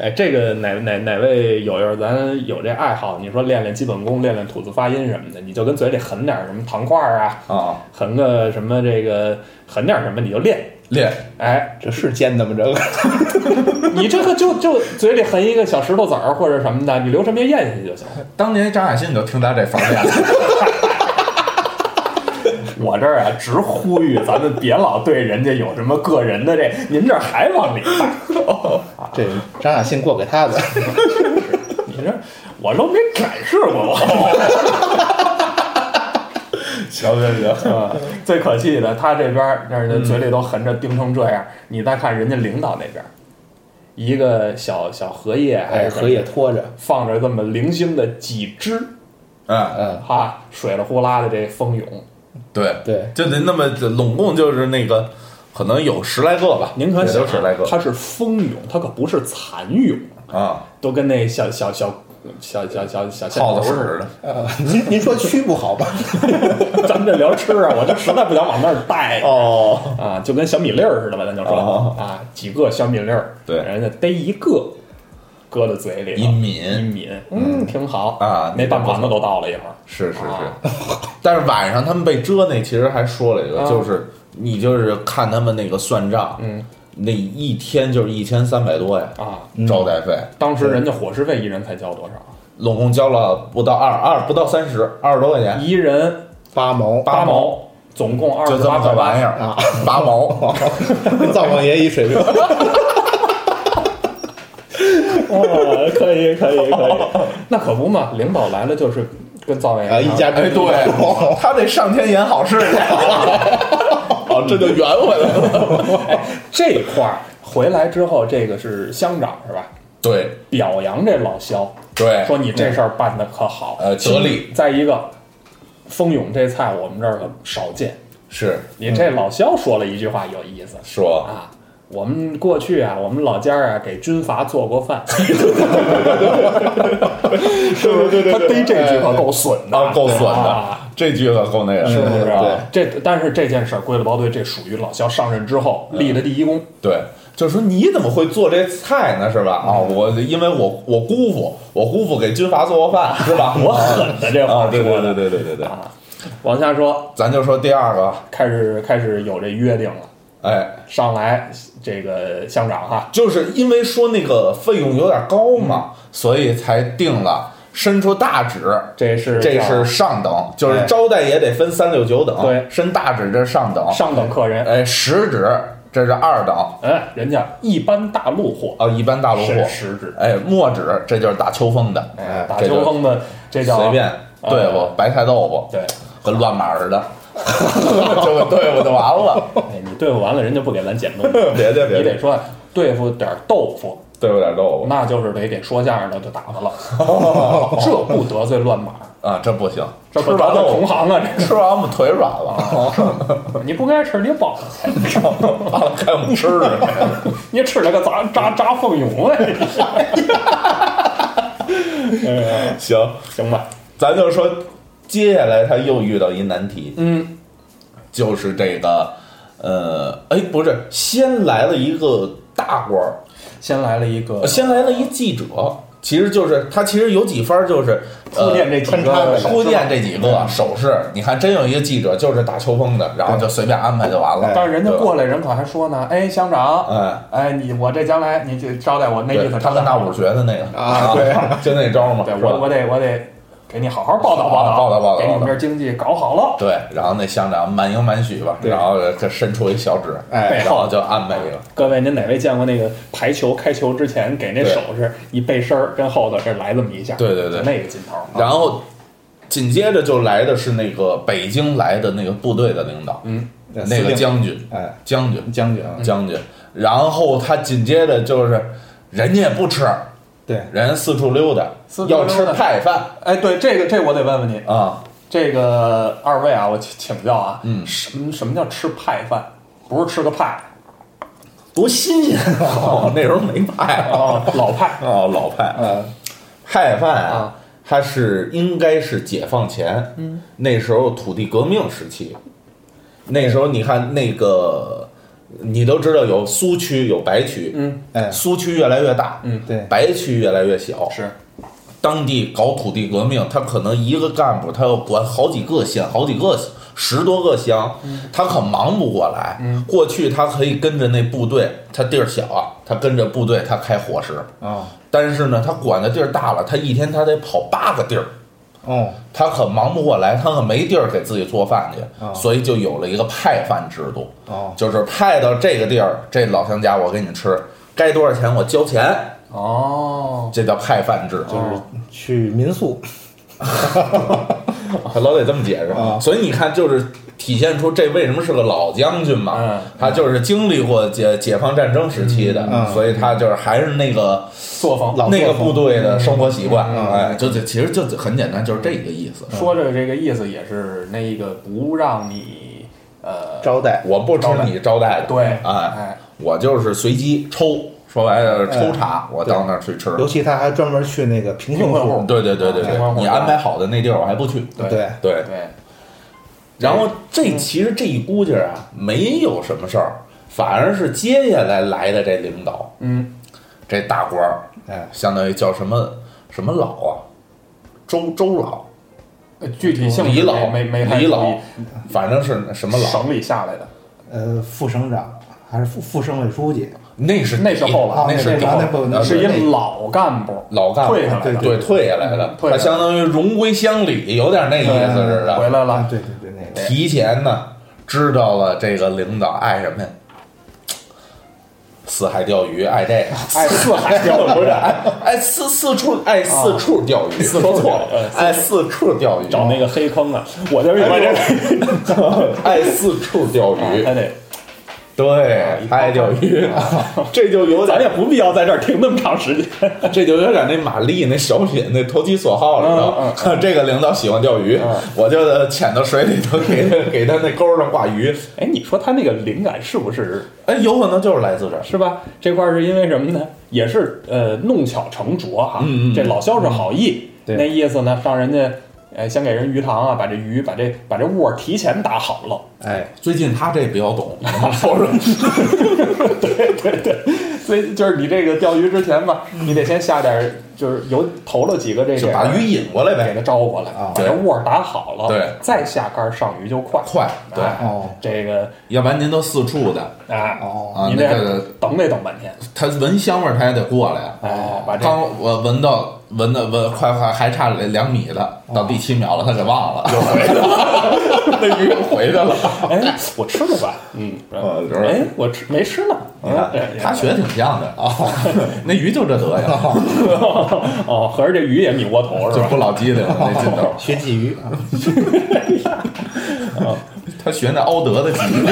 哎，这个哪哪哪位友友，咱有这爱好，你说练练基本功，练练吐字发音什么的，你就跟嘴里狠点儿什么糖块儿啊，
啊，
狠个什么这个狠点儿什么，你就练。
练
*laughs*
哎，
这是尖的吗？这个
你这个就就嘴里含一个小石头子儿或者什么的，你留神别咽下去就行。
当年张海鑫就听他这方面的，
我这儿啊，直呼吁咱们别老对人家有什么个人的这，您这儿还往里带。
这啊张雅信过给
*laughs*
他的，
你这我都没展示过我。
行行行，
啊， *laughs* 最可气的，他这边儿那是嘴里都含着盯成这样，你再看人家领导那边儿，一个小小荷叶还
哎，
是什么
荷叶拖着，
放着这么零星的几枝，
嗯，
嗯，
哈，水了呼啦的这蜂涌，
对，
对，
就得那么拢共就是那个，可能有十来个吧，
您可
也
想啊
就十来个
它是蜂涌，它可不是蚕蛹，
啊，
都跟那小小小小小小小小
耗子
猴
屎
似
似的。
呃，您您说蛆不好
*laughs*
吧？
的。 *laughs* 咱们这聊吃啊，我这实在不想往那儿带
哦，
啊，就跟小米粒儿似的吧，咱就说
哦
啊，几个小米粒儿，
对
人家逮一个，搁到嘴里头
一抿
一抿，嗯，挺好
啊
那半盘子都倒了一会儿。
是是
啊
是，但是晚上他们被蛰那，其实还说了一个，
啊
就是你就是看他们那个算账，
嗯，
那一天就是一千三百多呀，
啊，
招待费，
当时人家伙食费一人才交多少？啊
拢共交了不到二二不到三十，二十多块钱，
一人
八毛
八毛，总共二
就
十
这
八
么
块
个玩意
八。
儿
啊，
拔毛， *laughs*
跟灶王爷一水平。
哦，可以可以可
*laughs*
以，那可不嘛，领导来了就是跟造
啊，
谣
一家
哎，
之主
对，他得上天演好事去，哦，这就圆回来了，
这块儿回来之后，这个是乡长是吧？
对
表扬这老肖，
对，
说你这事儿办的可好，
呃得力
再一个，蜂蛹这菜我们这儿可少见。
是
你这老肖说了一句话有意思
说
啊，我们过去啊，我们老家儿啊给军阀做过
*laughs*
饭，
对对对
他逮这句可够损的，
啊，够损的
哎啊，
这句可够那个，
是不是啊？
对
这但是这件事儿归了包队，这属于老肖上任之后
嗯
立的第一功。
对，就说你怎么会做这菜呢？是吧？啊，我因为我我姑父，我姑父给军阀做过饭，是吧？
我
*laughs*
狠的这
嗯啊，
话
对对
说
对
的，
对对对对，
往下说，
咱就说第二个，
开始开始有这约定了。
哎，
上来这个乡长哈，
就是因为说那个费用有点高嘛，所以才定了，伸出大指。
这是
这
叫
是上等，就是
哎
招待也得分三六九等，
对
伸大指这是上等，
上等客人，
哎，食指这是二等，
哎，人家一般大陆货，
哦，一般大陆货
是，食指，
哎，墨指这就是打秋风的，
哎，打
这就
秋风的这叫
随便对付白菜豆腐，
对，
跟乱码似的， *laughs* 就对付就完了，
哎，你对付完了，人家不给咱减东西，
*laughs* 别介
*laughs* 你
别
得
介，
说对付点豆腐，
*laughs* 对付点豆
那就是得给说相声的就打
*laughs*
发了，这不得罪乱码，
腐 *laughs* 啊，这不行，
这
吃
不得
完
罪
豆
同
腐，
行啊，这
吃完我们腿软 *laughs* 了，
是你不该吃，你饱了，
完了该我们吃什么呀？ *laughs*
你吃了个扎扎扎凤蛹啊，你是哎呀
行，
行吧，
咱就说接下来他又遇到一难题，
嗯，
就是这个，呃，哎，不是，先来了一个大官儿，
先来了一个
呃先来了一记者，其实就是他其实有几番儿就是
铺
呃
垫这几
穿插
个
着
忽念这几个手势，你看真有一个记者就是打秋风的，然后就随便安排就完了。
哎但是人家
对吧
过来人可还说呢，哎，乡长，
哎，
哎，你我这将来你就招待我那意
对，
思，
他跟大武学的那个
啊对，
*laughs* 就那招嘛，
对
是吧
我我得我得给你好好报道
好
道
报道报道
给你们这经济搞好了。
对，然后那乡长满应满许吧，
对
然后这伸出一小指，
哎
然后就安排一个，
各位，您哪位见过那个排球开球之前给那
对
手势一背身儿跟后头这来这么一下？
对对对
就那个劲头儿。啊
然后紧接着就来的是那个北京来的那个部队的领导，
嗯，
那个将军，
哎，
将军，
将军啊，
将军，然后他紧接着就是人家也不吃，
对，
人四处溜达
四，处溜
要
达
吃派饭
哎，对这个这我得问问你，
啊，
这个二位啊，我请请教啊，
嗯
什么什么叫吃派饭？不是吃个派
多新鲜 *laughs* 啊！那时候没
*laughs*
派
啊，老派
哦，老派，
嗯，
派饭
啊，
它是应该是解放前，嗯，那时候土地革命时期，那时候你看那个，你都知道有苏区有白区，嗯，
哎，
苏区越来越大，
嗯
对，
白区越来越小，
是
当地搞土地革命，他可能一个干部他要管好几个县、好几个十多个乡，他可忙不过来。
嗯
过去他可以跟着那部队，他地儿小啊，他跟着部队他开伙食，
啊，
但是呢，他管的地儿大了，他一天他得跑八个地儿，
哦，
他可忙不过来，他可没地儿给自己做饭去，
哦
所以就有了一个派饭制度，
哦
就是派到这个地儿，这老乡家我给你吃，该多少钱我交钱，
哦，
这叫派饭制。
就是去民宿，
他 *laughs* 老得这么解释
啊
所以你看，就是体现出这为什么是个老将军嘛，
嗯
他就是经历过解解放战争时期的，
嗯
所以他就是还是那个
作风。
老作
那个
风
部队的生活习惯，
嗯
哎，就这其实就很简单，就是这一个意思。
说着这个意思也是那一个不让你呃，
招待，
我不吃你招待的，
对，
哎，
哎，
我就是随机抽，说白了抽查，我到那儿去吃。
尤其他还专门去那个贫
贫
困
困户
户，
对对对对对
这帮，伙
你
伴
安排好的那地儿我还不去，
对
对
对。
对，
然后这其实这一估计儿啊，没有什么事儿，反而是接下来来的这领导，
嗯，
这大官儿，
哎，
相当于叫什么什么老啊，周周老、
呃具体性质
李老、
没没没太
李
注
老
意，
反正是什么老，
省里下来的，
呃，副省长还是副副省委书记，
那是
那是后
啊
了，
那是
那
底
那不
呃
那
是
是
一啊老干部，
老干部
退下来的，
对
对退下来的
嗯，退下
他
来
相当于荣归乡里，有点那意思似
回
的。
来
啊
了，，
对对对，那个
提前呢知道了这个领导爱什么呀？四海钓鱼，爱这个。
哎，四海钓 *laughs*
不 *laughs* 是，哎哎四四处哎四处钓鱼，说错了，哎四处钓鱼，
找那个黑坑啊，我就是我这
*laughs* 爱四处钓鱼，
还 *laughs* 得，
对，爱钓鱼，这就有
咱也
点，
不必要在这儿停那么长时间。 *laughs*
这就有点那玛丽那小品那投其所好了，知道吗？这个领导喜欢钓鱼，我就潜到水里头给他给他那钩上挂鱼，
哎，你说他那个灵感是不是
哎，有可能就是来自这儿，
是吧？这块儿是因为什么呢？也是呃弄巧成拙哈、
嗯嗯嗯
这老萧是好意，
对
那意思呢，让人家呃先给人鱼塘啊，把这鱼把这把这窝儿提前打好了。
哎，
最近他这比较懂，你能 *laughs* 说说？
对 *laughs* 对对，所以就是你这个钓鱼之前吧，你得先下点儿，就是有投了几个这
嗯就
个
把鱼引过来
给
呗，
它招过来，
啊
把这窝儿打好了，
对
再下竿儿上鱼就快。
快，对，
哎
哦
这个
要不然您都四处的，
啊，
哦，
啊
您
那个
等得等半天，
他闻香味儿他也得过来啊。
哎，把这
刚我闻到闻的闻快快还差两米了，到第七秒了，他给忘了，哦又回去了， *laughs* 那鱼又回去了。 *laughs*
哎，我吃了吧，嗯，
呃就是
哎，我吃没吃呢，
你看
嗯
他学挺像的 *laughs* 啊，那鱼就这德行，
哦，合着这鱼也米窝头是
就
吧？
不老机灵了那劲头。
学鲫鱼 *laughs* 啊，
他学那奥德的技 *laughs* 能，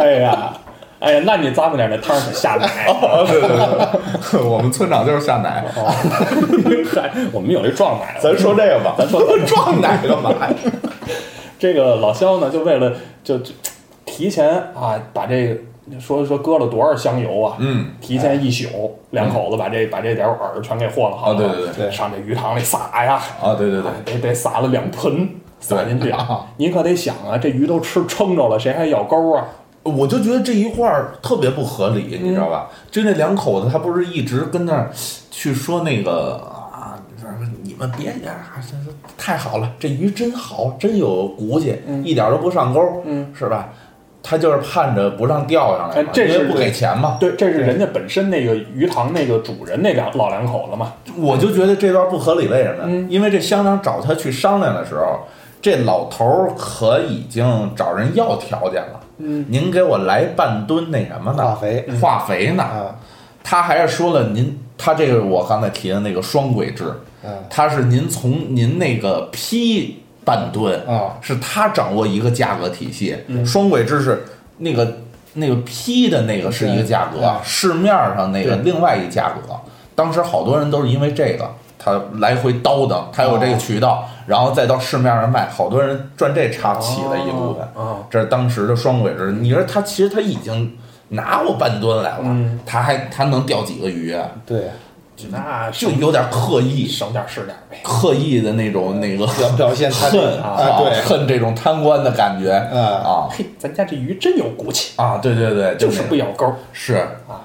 哎呀，哎呀，那你咂巴点那汤可下奶。
对对对， *laughs* 我们村长就是下奶。
*laughs* 嗨，我们有一壮奶。
哦咱说这个吧，
咱说
*laughs* 撞奶干嘛呀？
这个老肖呢，就为了就就提前啊，把这说说搁了多少香油啊，
嗯，
提前一宿，两口子把这把这点饵全给和了好
啊
了，
对对
对
上这鱼塘里撒呀，
啊对对对
哎，得得撒了两盆。撒进去啊！你可得想啊，这鱼都吃撑着了，谁还咬钩啊？
我就觉得这一块儿特别不合理，
嗯
你知道吧？就那两口子，他不是一直跟那儿去说那个啊，你们别呀、啊，这这太好了，这鱼真好，真有骨气，一点都不上钩，
嗯
是吧？他就是盼着不让钓上来
哎
嘛，
这
因为
是
不给钱嘛。
对，这是人家本身那个鱼塘那个主人那两老两口子嘛。
我就觉得这段不合理，为什么？
嗯
因为这乡长找他去商量的时候，这老头儿可已经找人要条件了。
嗯，
您给我来半吨那什么呢？
化肥
化肥呢？
嗯啊，
他还是说了您，他这个我刚才提的那个双轨制，
嗯
他是您从您那个批半吨，
啊嗯
是他掌握一个价格体系，双轨制是那个那个批的那个是一个价格
对啊，
市面上那个
对
另外一价格，当时好多人都是因为这个，他来回叨叨，他有这
哦
个渠道，然后再到市面上卖，好多人赚这差起了一部
哦
分。
啊，
这是当时的双轨制。你说他其实他已经拿过半吨来了，
嗯
他还他能钓几个鱼啊？
对，
那
就有点刻意，
省点是点呗。
刻意的那种那个
表表现他
恨
啊，对，
恨这种贪官的感觉啊
嘿，咱家这鱼真有骨气，
啊！对对对，
就
就是那
不
个
咬钩。
是啊。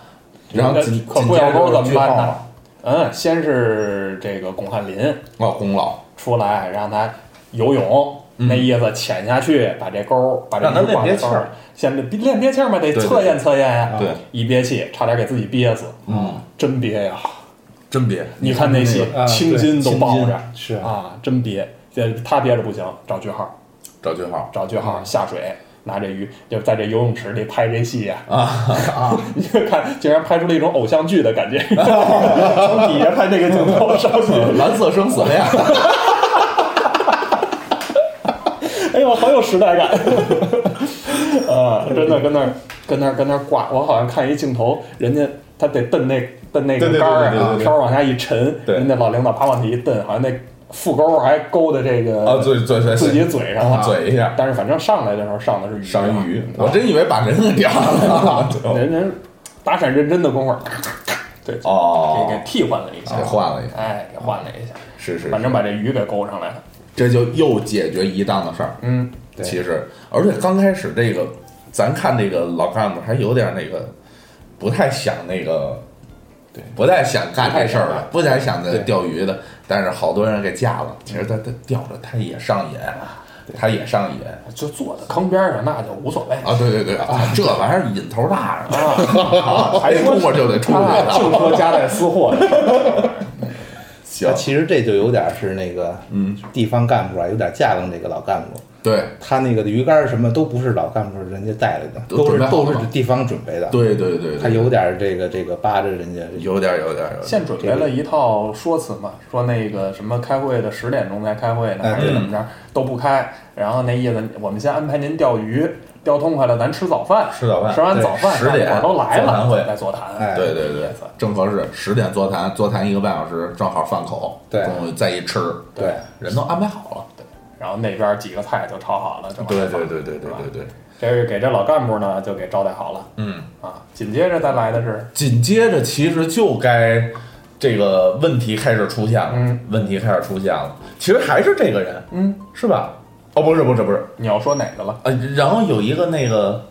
然后紧
呃可
紧
不
接
咬
着
钩怎
就是
么
句号
办
了
呢？嗯，先是这个巩汉林
啊，洪老
出来让他游泳，那意思潜下去，把这钩把这
嗯让他
鱼
练
挂
憋
在
气儿
钩上，先练憋气儿嘛，得
对
测验测验呀。
对，
一憋气，差点给自己憋死。
嗯，
真憋呀！
真别，
你看那戏
那个啊，
青筋都抱着，
对青筋是
啊，真憋。这他憋着不行，找句号，
找句号
找句号下水。拿这鱼就在这游泳池里拍这戏呀、啊，你 *laughs* 就看竟然拍出了一种偶像剧的
*laughs*
感觉，从底下拍这个镜头上去，
蓝色生死恋，
哎呦，好有时代感！ *laughs* 啊，真的跟那儿跟那儿跟那儿挂，我好像看一镜头，人家他得蹬那蹬那个
对对对
杆儿
对对
啊
对，对
飘往下一沉，
对
人家老领导啪往底一蹬，好像那副钩还勾在这个
啊，嘴嘴嘴
自己嘴上了，
嘴一下
但是反正上来的时候上的是鱼，
上一鱼，我
啊
真以为把人给掉了。
人人打闪认真的功夫，咔咔咔 *laughs* 对，给给
哦，
替换了一下
给，换了一下，
哎，给换了一下，
是是，
反正把这鱼给勾上来了，
这就又解决一档的事儿。
嗯，
对
其实，而且刚开始这个，咱看这个老干部还有点那个，不太想那个，对，不太想干这事儿了，不太想那
对
钓鱼的，但是好多人给架了。其实他他钓着他也上瘾，他也上瘾
就坐在坑边上，那就无所谓
啊！对对对啊，这玩意儿瘾头大啊，
啊，还
还 *laughs*
说
功夫就得出去
他
了。
净说夹带私 *laughs* 货的事儿，
行，
其实这就有点是那个
嗯，
地方干部啊，有点架愣这个老干部。
对
他那个鱼竿儿什么都不是老干部人家带来的，
都
都
准
是
备好
都
了
是地方准备的。
对对对，
他
对
有点儿这个这个扒着人家，
有点有点有点
现准备了一套说辞嘛，说那个什么开会的十点钟才开会呢，
哎
还是怎么着都不开，然后那意思我们先安排您钓鱼，钓痛快了咱吃早饭，
吃早饭
吃完
对
早饭
10点
大伙儿都来
座谈
了
会
再座谈，
哎
对对对
意思，
正合适，十点座谈，座谈一个半小时，正好饭口，
对
中午再一吃，
对，
人都安排好了。
然后那边几个菜就炒好了，就
对
往上
对
放
对对对
是吧
对对，
这是给这老干部呢就给招待好了
嗯，
啊，紧接着再来的是
紧接着其实就该这个问题开始出现了，
嗯
问题开始出现了，其实还是这个人，
嗯，
是吧？哦，不是不是不是，
你要说哪个了？
呃，然后有一个那个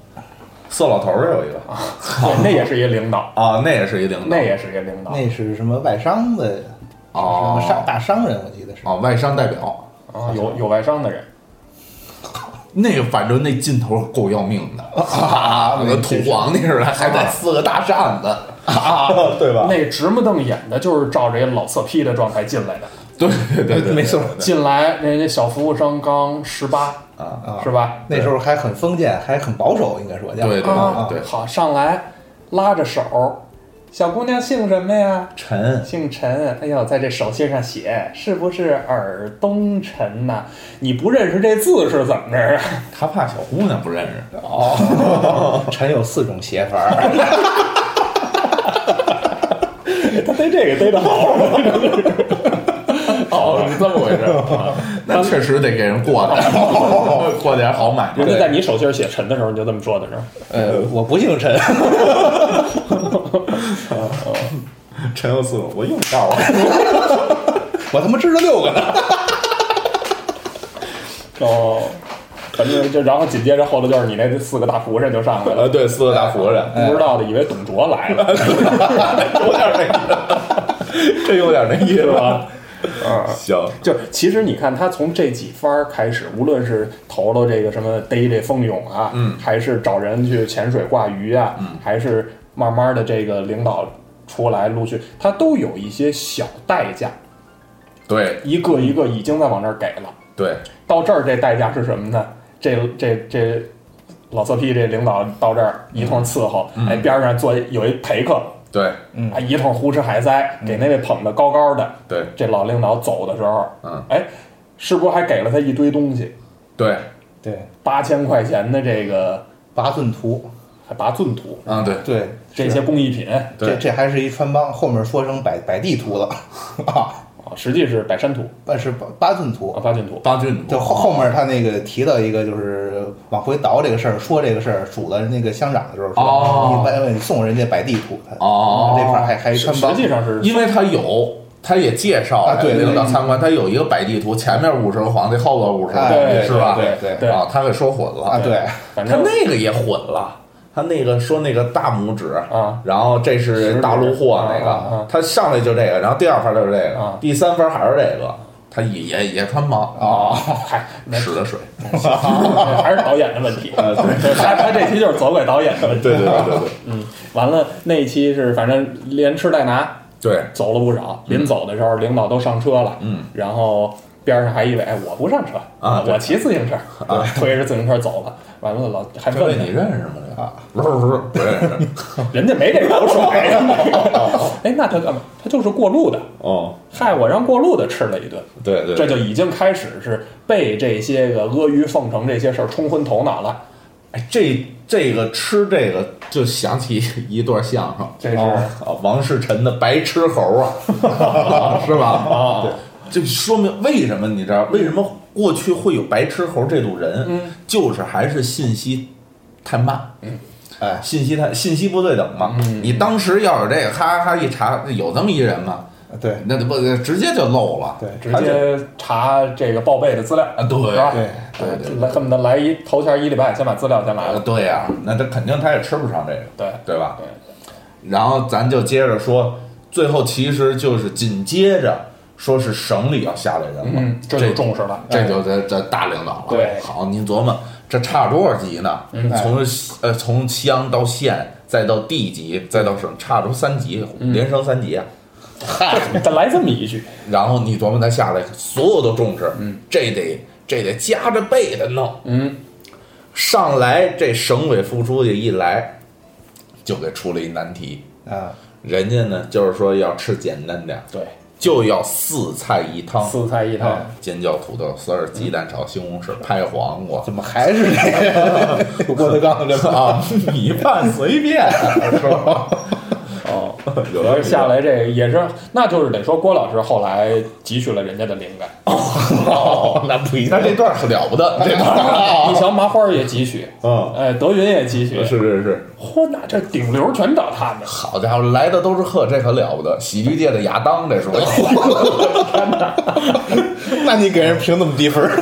色老头儿有一个啊
对那也是一领导，
那也是一领导
那也是一领导，
那是什么外商的，
哦
什么商大商人，我记得是。
啊，外商代表，
啊有有外商的人。
那个反正那劲头够要命的，啊，那土皇帝似的，还带四个大扇子。
对吧？
那直目瞪眼的，就是照着一老色批的状态进来的。
对对对对，
没错
进来，人家小服务生刚十八，
啊，
啊，
是？吧？
那时候还很封建，还很保守，应该说叫
对对
啊，
对对，
好，上来拉着手，小姑娘姓什么呀？
陈
姓陈。哎呦，在这手心上写，是不是尔东陈呐、你不认识这字是怎么着啊？ *laughs*
他怕小姑娘不认识，
陈有四种写法儿，
他逮这个逮得好。
哦，是这么回事 *laughs* 儿，哦那确实得给人过点儿， *laughs* 过点儿好买
人家
卖。
在你手心写陈的时候，你就这么说的是吧？
呃，我不姓陈，
陈又四，我用不到 *laughs* 啊。
*laughs* 我他妈知道六个呢。
哦，反正就然后紧接着后头就是你那四个大仆人就上来了。
呃，对，四个大活人，
不知道的以为董卓来了，
哎 *laughs* 有点那意 *laughs* 思，这有点那意
是
思。啊 *laughs*
吧？
行，
就是其实你看，他从这几番儿开始，无论是投了这个什么逮这蜂蛹啊，
嗯
还是找人去潜水挂鱼啊，
嗯
还是慢慢的这个领导出来陆续，他都有一些小代价，
对
一个一个已经在往这儿给了。
对，
到这儿这代价是什么呢？这这这老色批这领导到这儿一通伺候，
嗯
哎，边上坐有一陪客，
对
嗯
啊，一通胡吃海塞，
嗯
给那位捧得高高的。
对
这老领导走的时候，
嗯，
哎，是不是还给了他一堆东西？
对，
对，
八千块钱的这个
八寸图，
还拔寸图
啊，对，
对，
这些工艺品啊
这这还是一穿帮，后面说成摆摆地图了啊，
啊，实际是百山图
但是八八寸
啊，
图。
八骏图。
八骏
就后后面他那个提到一个就是往回倒这个事儿，说这个事儿数了那个乡长的时候说，
哦
你把你送人家摆地图，他
哦
这块儿还还一穿帮
实，际上是
因为他有，他也介绍
啊对对
领导
对
参观，他有一个摆地图，前面五十个皇帝，后边五十个
哎
皇帝，
对
是吧？
对对
对
啊，他给说混
啊，
了，
对，
反
他
正
那个也混了。他那个说那个大拇指
啊，
然后这是大陆货那
啊啊啊
个，他上来就这个，然后第二番就是这
啊
个，第三番还是这个，他也也也穿帮啊，
嗨，那
使的水，
还是导演的问
*laughs*
题。
呃，对
他他这期就是责怪导演的问题。
对对对
*laughs*
对对
完了那一期是反正连吃带拿，
对，
走了不少。临走的时候，领导都上车了，
嗯，
然后边上还一位，哎，我不上车
啊对啊
我骑自行车，推着自行车走了。完了老还
这位
问
你
呢
认识吗？这
啊
个不是不是不
*laughs*
认识，
人家没这口
*laughs*
水，哎，那他干嘛？他就是过路的，
哦，
害我让过路的吃了一顿。
对对，
这就已经开始是被这些个阿谀奉承这些事儿冲昏头脑了。
哎，这这个吃这个就想起 *laughs* 一段相声，
这是
啊王世臣的《白痴猴》啊，是吧？啊，对，这说明为什么你知道为什么过去会有白痴猴这种人？嗯，就是还是信息太慢。
哎，
信息太信息不对等嘛，你当时要有这个，咔咔一查，有这么一人吗？
对
那不直接就漏了，
对
直
他就
接查这个报备的资料，
啊，对
是吧？
对
对对
来恨不得来一头前一礼拜，先把资料先来
呃
了。
对呀、那他肯定他也吃不上这个，
对
对吧？然后咱就接着说，最后其实就是紧接着说是省里要下来人了，
嗯，这就重视了。
这就这这大领导了。
对嗯
好，您琢磨这差多少级呢？从呃从乡到县，再到地级，再到省，差出三级，
嗯
连升三级啊。
嗨， *laughs* 再来这么一
*laughs*
句，
然后你琢磨他下来，所有都重视，嗯，这得这得夹着背的弄，
嗯，
上来这省委副书记一来，就给出了一难题，
啊，
人家呢就是说要吃简单点儿，
对，
就要四菜一汤，
四菜一汤，
尖椒土豆丝儿、鸡蛋炒西红柿、拍黄瓜
怎么还是这个郭德纲这么
啊，米饭随便，啊是吧？
哦，
*laughs* 有
合着下来这也是，那就是得说郭老师后来汲取了人家的灵感，
哦，那不一样，那这段可了不得，这段儿，
你想麻花儿也汲取，
啊嗯，
哎，德云也汲取，
是是是。
嚯，那这顶流全找他们，
好家伙，来的都是客，这可了不得！喜剧界的亚当，这是我。
那你给人评那么低分儿？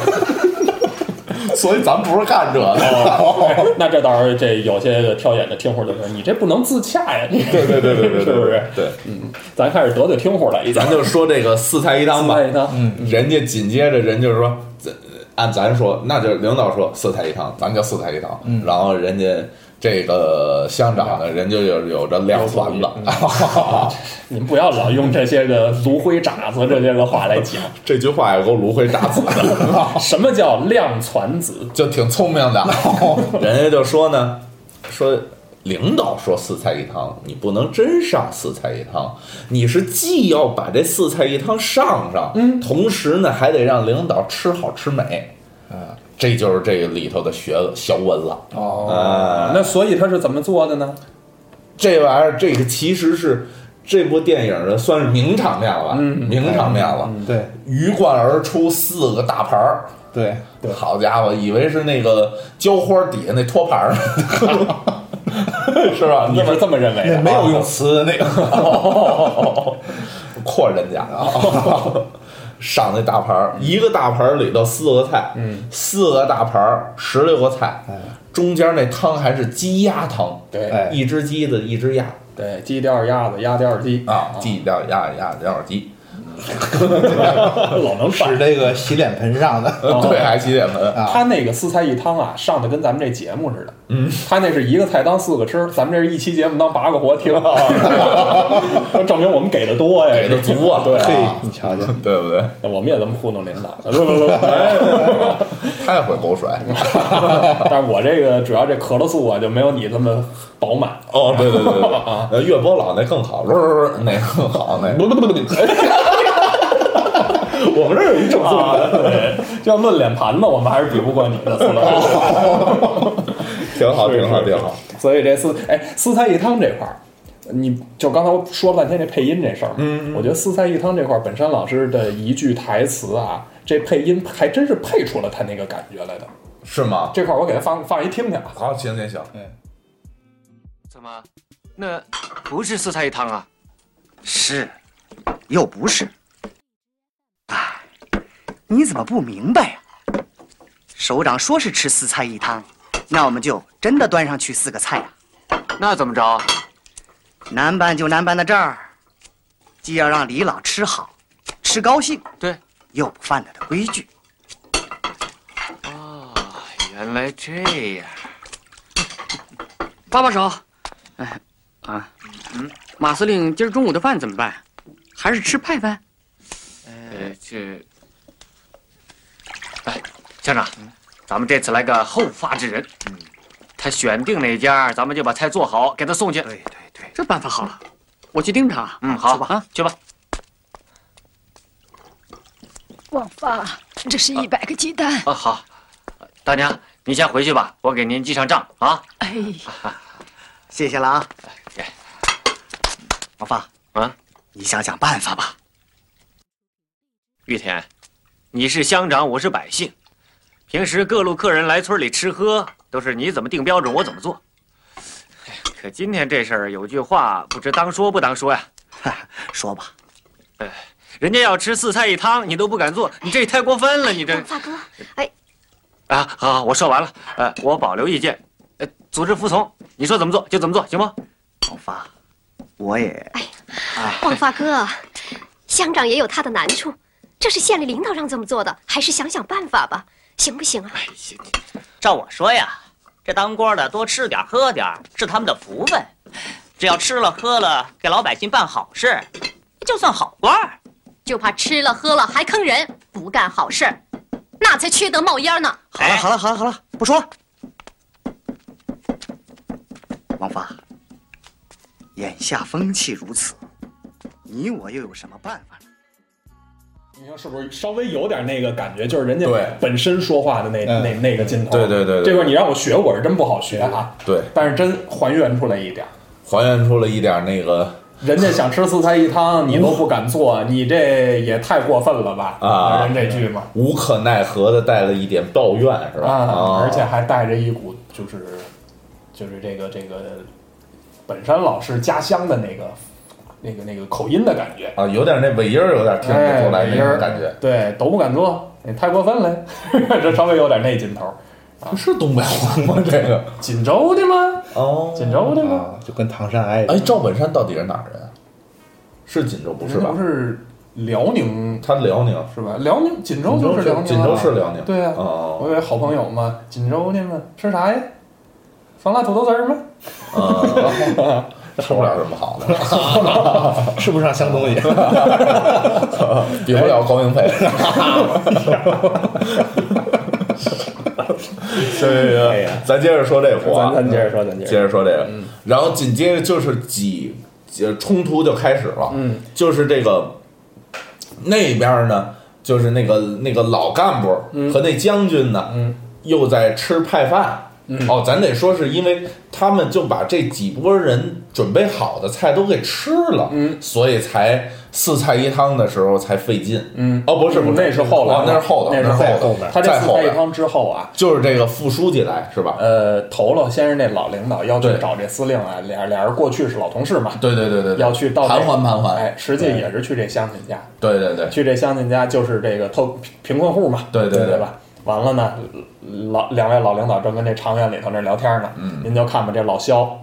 所以咱不是干这个。
*laughs* 那这倒是这有些个挑眼的听户就说你这不能自洽呀，你
对对对对
*laughs*
对，
是不是？
对，嗯
咱开始得罪听户了，已经
咱就说这个四菜一汤吧
四菜一汤。
嗯，人家紧接着人就是说，咱按咱说，那就领导说四菜一汤，咱就四菜一汤。然后人家这个乡长呢，人就有有嗯着两团子，
你们不要老用这些个炉灰渣子这些个话来
*laughs*
讲，
*laughs* 这句话也够芦荟炸子 *laughs* 的。
什么叫量传子？
就挺聪明 *laughs* 的。人家就说呢，说领导说四菜一汤，你不能真上四菜一汤，你是既要把这四菜一汤上上，嗯，同时呢还得让领导吃好吃美，啊，这就是这个里头的学学问了。
哦，那所以他是怎么做的呢？
这玩意儿，这个其实是。这部电影的算是名场面了吧，名场面了，
对
鱼贯而出四个大盘儿，
对，
好家伙，以为是那个浇花底下那托盘儿， *laughs* 是吧？
*laughs* 你是这啊么认为
那
的？啊
没有用词那个，
*laughs* 阔人家啊， *laughs* 上那大盘儿，一个大盘儿里头四个菜，嗯，四个大盘儿十六个菜，中间那汤还是鸡鸭汤，
对
哎
一只鸡的一只鸭
对，鸡吊儿鸭子，鸭吊儿鸡
啊，鸡鸭鸭鸭鸭鸡，
老能
使
反。
这个洗脸盆上的，
哦
*laughs* 对，还洗脸盆，
啊
*laughs* 他那个四菜一汤啊，上的跟咱们这节目似的。嗯，他那是一个菜当四个吃，咱们这是一期节目当八个活 *laughs* 听，证明我们给的多呀，
给的足啊
对
嘿
啊，，
*laughs* 你瞧瞧，
*laughs* 对不对？
那我们也这么糊弄领导。不不不， *laughs* 哎
太会狗甩
但是我这个主要这可乐素啊，就没有你这么饱满。
哦，对对 *laughs* 对对，呃月波老那更好，不是不是不是那更好那
不不不不哎不，
我们这儿有一正宗
啊，对，就要论脸盘子，我们还是比不过你的，四老师。
挺好，挺好，
是是
挺好。
*laughs* 所以这四哎四菜一汤这块儿，你就刚才我说了半天这配音这事儿嘛，我觉得四菜一汤这块儿，本山老师的一句台词啊，这配音还真是配出了他那个感觉来的。
是吗？
这块儿我给他放放一听听啊，
好，行行行，
怎么，那不是四菜一汤啊？是，又不是。哎，你怎么不明白呀、首长说是吃四菜一汤，那我们就真的端上去四个菜呀、
那怎么着？啊
难办就难办到这儿，既要让李老吃好，吃高兴，
对，
又不犯他的规矩。
原来这样。
搭把手。哎，啊，嗯，马司令，今儿中午的饭怎么办？还是吃派饭？
呃，这，哎，乡长，咱们这次来个后发制人。嗯，他选定哪家，咱们就把菜做好，给他送去。对对对。
这办法好了，我去盯着啊。
嗯，好，
吧啊，*laughs*
去吧。
王发，这是一百个鸡蛋。
啊，好，呃大娘，您先回去吧，我给您记上账啊。
哎，
谢谢了啊
哎。
王发，
啊，
你想想办法吧。
玉田，你是乡长，我是百姓，平时各路客人来村里吃喝，都是你怎么定标准，我怎么做。哎可今天这事儿，有句话不知当说不当说呀。
说吧，
人家要吃四菜一汤，你都不敢做，你这也太过分了，你这
王发哥，哎，
啊，好好，我说完了，呃，我保留意见，呃，组织服从，你说怎么做就怎么做，行吗？
王发，我也
王发哥，乡长也有他的难处，这是县里领导让这么做的，还是想想办法吧，行不行啊？
照我说呀，这当官的多吃点儿喝点儿是他们的福分，只要吃了喝了，给老百姓办好事，就算好官儿。
就怕吃了喝了还坑人，不干好事儿，那才缺德冒烟呢。
好
哎
了，好了，好了，好了，不说了。王发，眼下风气如此，你我又有什么办法呢？
你看是不是稍微有点那个感觉，就是人家
对
本身说话的那
嗯
那那个劲头。啊
对对对对
这块儿你让我学，我是真不好学啊。
对，
但是真还原出来一点儿。
还原出了一点那个
人家想吃四菜一汤，你都不敢做，你这也太过分了吧？
嗯啊
人这句嘛，
无可奈何的，带了一点抱怨，是吧？
啊
啊，，
而且还带着一股就是就是这个这个本山老师家乡的那个那个那个口音的感觉，
啊，有点那尾音儿，有点听不出来那种感觉。
哎对，都不敢做，你太过分了， *laughs* 这稍微有点那劲头。
不是东北话吗？这个
*laughs* 锦州的吗？
哦，
锦州的吗？
啊，就跟唐山挨着
哎，。赵本山到底是哪儿人啊？是锦州不是吧
不？是辽宁
他辽宁，
是吧？辽宁锦州
锦
就是
州
辽宁啊，
锦州是辽宁。
对啊
哦
我有好朋友嘛，锦州的嘛，吃啥呀？酸辣土豆丝儿吗？ *laughs*
啊，吃不了什么好的，
*laughs* 吃不上香东西，
比不了高明培。 *laughs* 这
哎
个
呀，
咱接着说这活啊，
咱咱接着说，咱接
接
着说。
着说这个，
嗯
然后紧接着就是几呃冲突就开始了，
嗯，
就是这个那边儿呢，就是那个那个老干部和那将军呢，
嗯
又在吃派饭。哦，咱得说是因为他们就把这几拨人准备好的菜都给吃了，
嗯，
所以才四菜一汤的时候才费劲。
嗯
哦，不是不是，
那是后来
哦
的，
那是后头，
那是
后
后
头
头。他这
再
四
后
菜一
头
汤之后啊，
就是这个副书记来是吧？
呃，头了先是那老领导要去
对
找这司令啊，俩俩人过去是老同事嘛，
对对对对，对
要去到
盘
这
桓盘桓，
哎，实际也是去这乡亲家，
对对对，
去这乡亲家就是这个特贫困户嘛，
对对
对
对
吧？完了呢，老两位老领导正跟这常院里头那聊天呢，
嗯
您就看吧，这老肖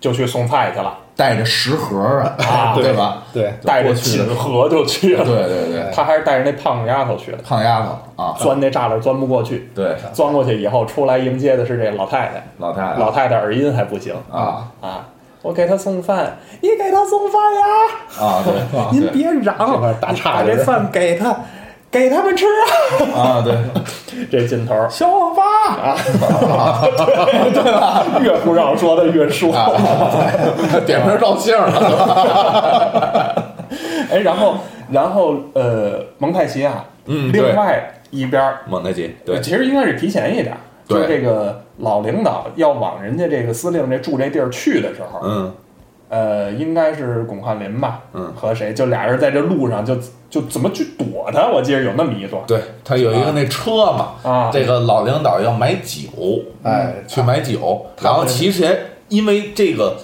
就去送菜去了，
带着食盒啊，
啊
对吧？
*laughs* 对，
带着
过去
锦
的
盒就去了，
对对对，
他还是带着那胖丫头去的，
胖丫头啊，
钻那栅栏钻不过去，
对，
钻过去以后出来迎接的是这老太太，
老太啊太
老太太耳音还不行
啊
啊，我给她送饭，你给她送饭呀。
啊，对，
您
对
别
这块
嚷，
儿打岔
把
就是
这饭给他，给他们吃啊！
啊，
*laughs*
对，
这劲头，小网吧啊，对对吧？ *laughs* 越不让说的越说。
啊 *laughs* 点名照相
*laughs*
了，
哎，然后然后呃，蒙太奇啊，
嗯对
另外一边儿
蒙太奇，对
其实应该是提前一点儿，就是这个老领导要往人家这个司令这住这地儿去的时候，
嗯，
呃，应该是巩汉林吧，
嗯
和谁就俩人在这路上就就怎么去躲他，我记得有那么一段，
对他有一个那车嘛，
啊，
这个老领导要买酒，
哎，
去买酒，
啊
然后其实因为这个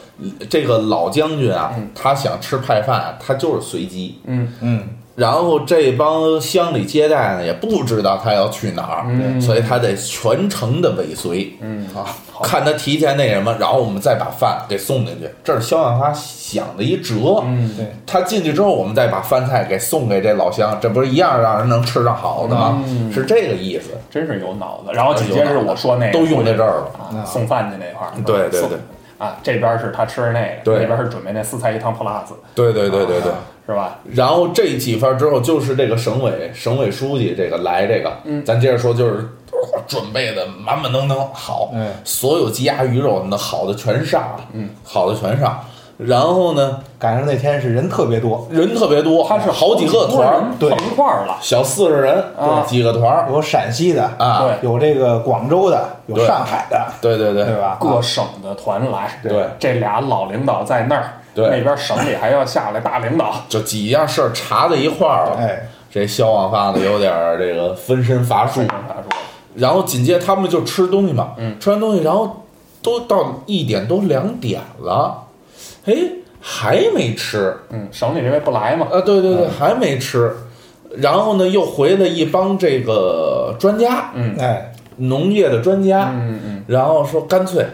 这个老将军啊，他想吃派饭，他就是随机，
嗯
嗯，
然后这帮乡里接待呢也不知道他要去哪儿，
嗯
所以他得全程的尾随，
嗯
啊，看他提前那什么，然后我们再把饭给送进去，这是肖万发想的一辙，
嗯，
对，
他进去之后，我们再把饭菜给送给这老乡，这不是一样让人能吃上好的吗？
嗯哎
是这个意思。
真是有脑子。然后紧接着是我说那个
都用在这儿了。
啊，送饭去那块儿，
嗯对对
送
对
啊，这边是他吃那个，
对
那边是准备那四菜一汤 plus，
对对对对对。
是吧？
然后这几番之后，就是这个省委省委书记这个来这个，咱接着说，就是哦准备的满满当当好，
嗯
所有鸡鸭鱼肉那好的全上了，嗯，好的全上。然后呢，
赶上那天是人特别多，
人特别多，
他是
嗯好几个
多
团儿
人，
对
碰一块儿了，
小四十人，
啊
几个团儿，
有陕西的，
啊，
对
有这个广州的，有
对
上海的，
对对对
对吧？
各省的团来，
啊对
这俩老领导在那儿，
对
那边省里还要下来大领
*laughs*
导，
就几样事儿查在一块儿了。
哎，
这肖望发的有点儿这个分身乏术，
他说
然后紧接着他们就吃东西嘛，
嗯
吃完东西，然后都到一点都两点了，哎，还没吃，
嗯，省里这位不来嘛，
啊，对对
嗯
对，还没吃，然后呢又回来一帮这个专家，
嗯
哎，
农业的专家，
嗯嗯
然后说干脆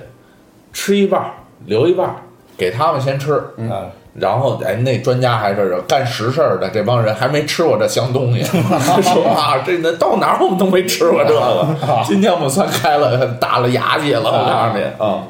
吃一半儿留一半儿给他们先吃，
嗯，
然后哎，那专家还是干实事儿的，这帮人还没吃过这香东西，说啊，这那到哪儿我们都没吃过这个，今天我们算开了大了牙祭了，我告诉你啊，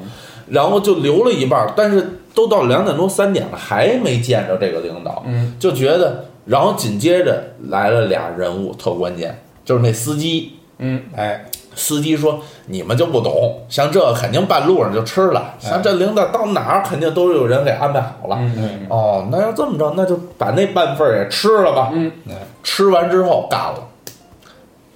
然后就留了一半儿，但是都到两点多三点了，还没见着这个领导，
嗯，
就觉得，然后紧接着来了俩人物特关键，就是那司机，
嗯，
哎，
司机说：“你们就不懂，像这肯定半路上就吃了，像这领导到哪儿肯定都有人给安排好了。
嗯
哦，那要这么着，那就把那半份儿也吃了吧。
嗯
哎
吃完之后干了。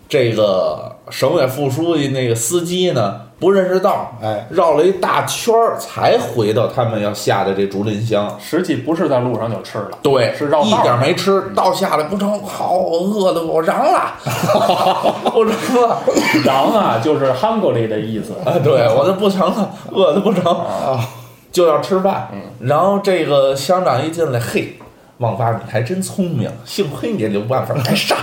这个省委副书记那个司机呢，不认识道，
哎，
绕了一大圈儿才回到他们要下的这竹林乡。
实际不是在路上就吃了，
对，
是绕道
一点儿没吃，到下来不成，好，我饿的我嚷了， *laughs* 我嚷了。”
瓤啊，就是 hungry 的意
*laughs*
思，
啊，对我都不成了，饿的不成啊，嗯就要吃饭。然后这个乡长一进来，嘿，王发你还真聪明，幸亏你留办法儿，该上，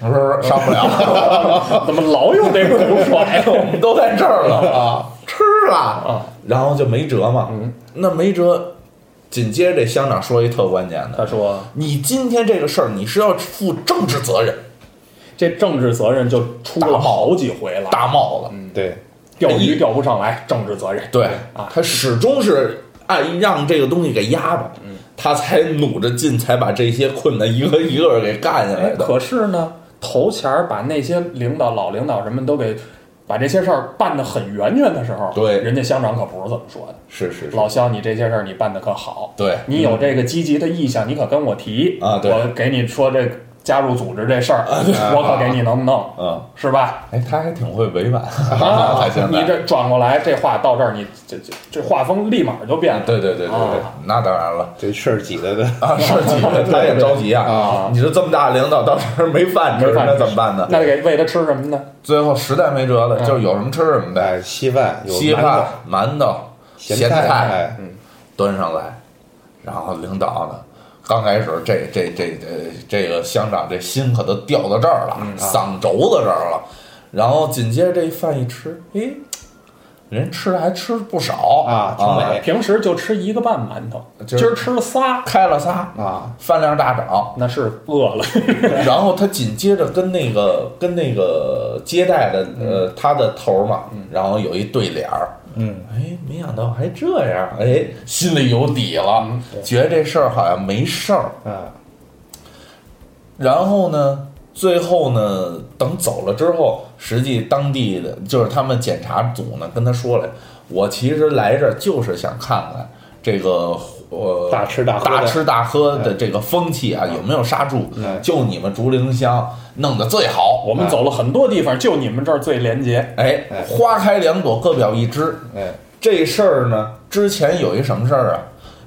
我说 *laughs* 上不了，
怎么老用这口
我
水？
们 *laughs* 都在这儿了啊，吃了，然后就没辙嘛。那没辙，紧接着这乡长说一特关键的，
他说
你今天这个事儿你是要负政治责任，
这政治责任就出了好几回了，
大帽哎子。
对，
钓鱼钓不上来，政治责任，
对
啊，
他始终是按让这个东西给压着，
嗯
他才努着劲，才把这些困难
*laughs*
一个一个给干下来
哎，
的。
可是呢，头前儿把那些领导、老领导什么都给把这些事儿办得很圆圆的时候，
对
人家乡长可不是这么说的。
是是是，
老乡，你这些事儿你办得可好？
对
你有这个积极的意向，你可跟我提
啊对啊
我给你说这加入组织这事儿，我可给你能弄，
嗯，
是吧？
哎，他还挺会委婉， *laughs*
啊
他现在
你这转过来，这话到这儿，你这这这画风立马就变了。
对对对对对
啊，
那当然
*laughs*
了。
这事儿挤得的，
啊，是急，他也着急啊！你说这么大领导到这儿没饭吃，
没饭吃
那怎么办呢？
那得给喂他吃什么呢？
最后实在没辙了，
嗯
就有什么吃什么呗，
哎，稀饭有
稀
馒头
饭、馒头、
咸
菜
哎，
端上来，然后领导呢，刚开始这这这这这个乡长这心可都吊到这儿了，
嗯啊
嗓轴到这儿了，然后紧接着这一饭一吃，诶，人吃的还吃不少
啊挺美
平时就吃一个半馒头，
今
今
儿
儿吃了仨，
开了仨，
啊，
饭量大
*laughs*
涨。
那是饿了。
然后他紧接着跟那个跟那个接待的呃他的头儿嘛，然后有一对脸儿，
嗯，
哎，没想到还这样，哎，心里有底了，
嗯
觉得这事儿好像没事儿。
啊，
然后呢，最后呢，等走了之后，实际当地的就是他们检查组呢跟他说了，我其实来这儿就是想看看这个呃
大吃大喝的
大吃大喝的这个风气啊，有没有刹住？
哎
就你们竹林乡弄得最好，
*laughs* 我们走了很多地方，就你们这儿最廉洁。
哎，花开两朵，各表一枝。
哎，
这事儿呢，之前有一什么事儿啊？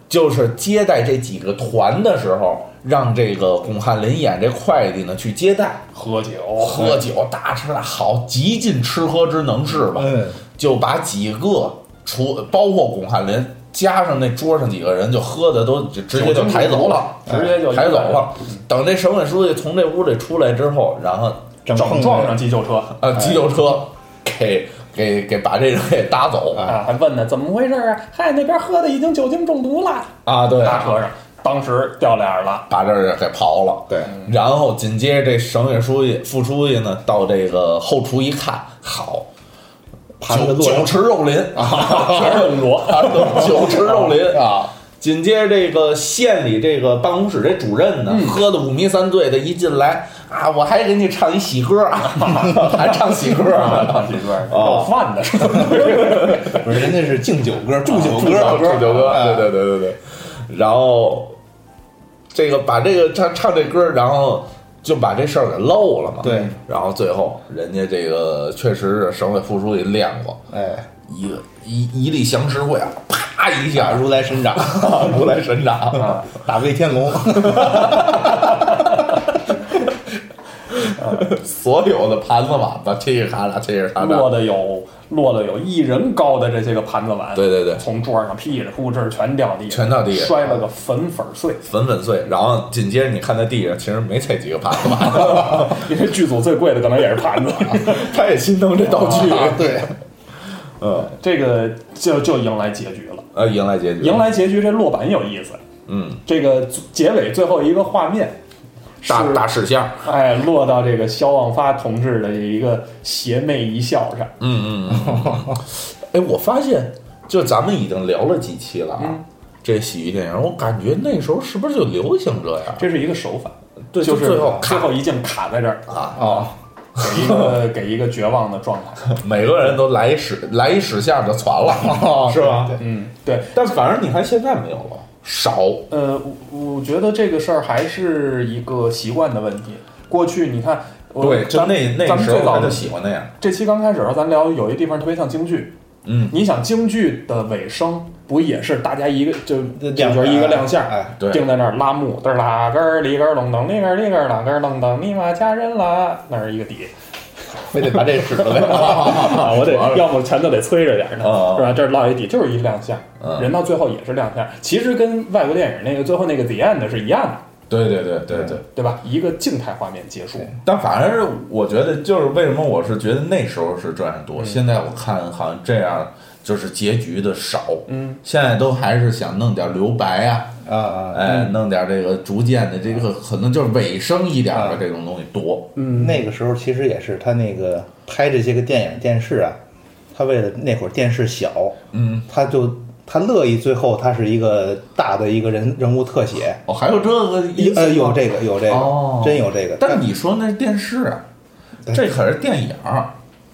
就是接待这几个团的时候，让这个巩汉林演这会计呢去接待，
喝酒，
喝酒，大吃大好，极尽吃喝之能事吧。
嗯，
就把几个除包括巩汉林，加上那桌上几个人，就喝的都就直接就抬走了，哎
直接就
抬走了。等这省委书记从这屋里出来之后，然后
整
整撞上急救车
呃急救车给给给把这人给搭走
啊，还问呢怎么回事啊？嗨，那边喝的已经酒精中毒了，
啊，对，
大车上当时掉俩人
*laughs*
了，
把这儿给刨了。
对，
然后紧接着这省委书记、副书记呢，到这个后厨一看，好，
盘
酒
子落
酒池肉
*laughs*
林啊，
全是裸。
*laughs* 啊对酒池肉林啊。紧接着这个县里这个办公室这主任呢，
嗯
喝的五迷三醉的，一进来啊，我还给你唱一喜歌啊， *laughs* 还唱喜
*laughs*
歌
*laughs*
啊，
里边要饭的
*laughs*
是吧？
不是，人家是敬酒歌、 *laughs* 祝啊酒歌，
祝酒歌，
哎
对对对对对。然后这个把这个唱唱这歌，然后就把这事儿给漏了嘛。
对。
然后最后人家这个确实是省委副书记练过
哎，
一个一一力降十会啊，啪一下
*laughs* 如来神掌，
如来神掌啊。
打魏天 *laughs* 龙，
所有的盘子碗子，嘁哩咔啦，嘁哩咔
落
啦。
的有落的有一人高的这些个盘子碗，
对对对
从桌上噼里扑哧全掉地，
全掉地
摔了个粉粉碎。
粉粉碎，然后紧接着你看在地上，其实没踩几个盘子
*laughs*
碗，
因为剧组最贵的可能也是盘子，
他也心疼这道具，
啊对，
*laughs* 嗯，
这个就就迎来结局了。
呃，迎来结局，
迎来结局，这落板有意思。
嗯，
这个结尾最后一个画面是
大大事项，
哎落到这个肖望发同志的一个邪魅一笑上。
嗯嗯嗯。哎，我发现，就咱们已经聊了几期了啊，这喜剧电影，我感觉那时候是不是就流行这样？
这是一个手法，
对
就是
最后咔
最后一镜卡在这儿，
啊，
哦，
给一
*laughs*
个给一个绝望的状态。
每个人都来一使来一使相就传了， *laughs* 是吧？
嗯，对，
但反正你看现在没有了，少。
呃，我我觉得这个事儿还是一个习惯的问题。过去你看，我
对，就
咱
那
咱
那
们
时
最
候
早
他
的
就喜欢那样。
这期刚开始的时候，咱聊有一地方特别像京剧。
嗯，
你想京剧的尾声不也是大家一个就
两
角
个
一个亮相，
哎
对
定在那儿拉幕，嘚儿拉根儿里根儿隆咚，里根儿里根儿啷根儿啷当，密码家人啦，那儿一个底。
非得把这使了呗。
啊，我得要不全都得催着点儿呢
啊，
是吧？这儿落一底就是一亮相
嗯，
人到最后也是亮相，其实跟外国电影那个最后那个 the end 是一样的，
对对对对对。
对吧？一个静态画面结束，
嗯但反正是我觉得，就是为什么我是觉得那时候是这样多，现在我看好像这样就是结局的少。
嗯，
现在都还是想弄点留白啊，
啊啊，
哎，弄点这个逐渐的这个可能就是尾声一点的这种东西多。
嗯，
那个时候其实也是他那个拍这些个电影电视啊，他为了那会儿电视小，
嗯，
他就他乐意最后他是一个大的一个人人物特写，
哦，还有这个因
一
素
呃有这个有这个、
哦
真有这个，
但你说那是电视啊，这可是电影儿，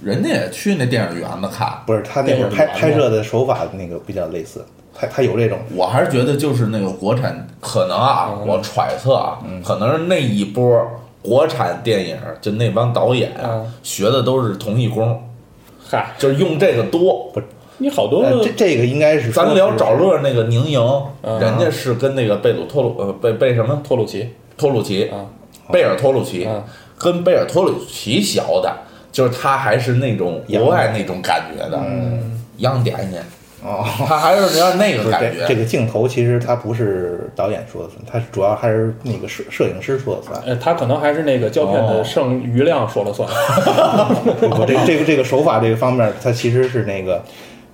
人家也去那电影院子看。
不是他那会
电
儿
影
拍
版的
拍摄的手法那个比较类似，他他有这种
我还是觉得就是那个国产，可能啊，
嗯
我揣测啊，可能是那一波国产电影儿就那帮导演啊
嗯
学的都是同一工，
嗨，
就是用这个多。
你好多
呃，这这个应该是
咱
说
聊
是嗯
找乐那个宁莹，人家是跟那个贝鲁托鲁呃贝贝什么
托鲁奇，
托鲁奇
啊，
贝尔托鲁奇
啊，
跟贝尔托鲁奇学的，就是他还是那种国外那种感觉的，
嗯
央点心，
哦。
他还是有点那
不
个
是
感
这这
觉。
个镜头，其实他不是导演说的算，他主要还是那个摄摄影师说
*laughs*
的算。
呃，他可能还是那个胶片的剩余量说了算，
不不，这这个这个手法这个方面，它其实是那个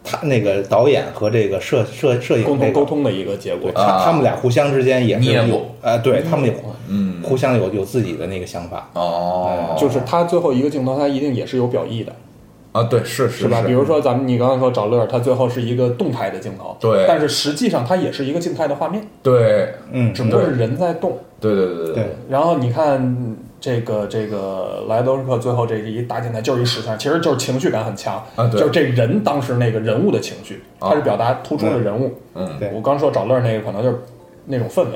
他那个导演和这个摄摄
*laughs*
摄影
共
这
同
个
沟，通的一个结果
啊
对，。他他们俩互相之间也是
捏
有
过
呃，对他们有
嗯
互相有有自己的那个想法。
哦，
就是他最后一个镜头，他一定也是有表意的，
啊，对，是是
是吧？比如说咱们你刚才说找乐，他最后是一个动态的镜头，
对
但是实际上它也是一个静态的画面，
对
嗯，
只不过是人在动。
对对对
对，
然后你看这个这个莱德克最后这一大进来就是一实像，其实就是情绪感很强，
啊对
就是这人当时那个人物的情绪，
啊
他是表达突出了人物。
嗯，
对
我刚说找乐儿那个可能就是那种氛围，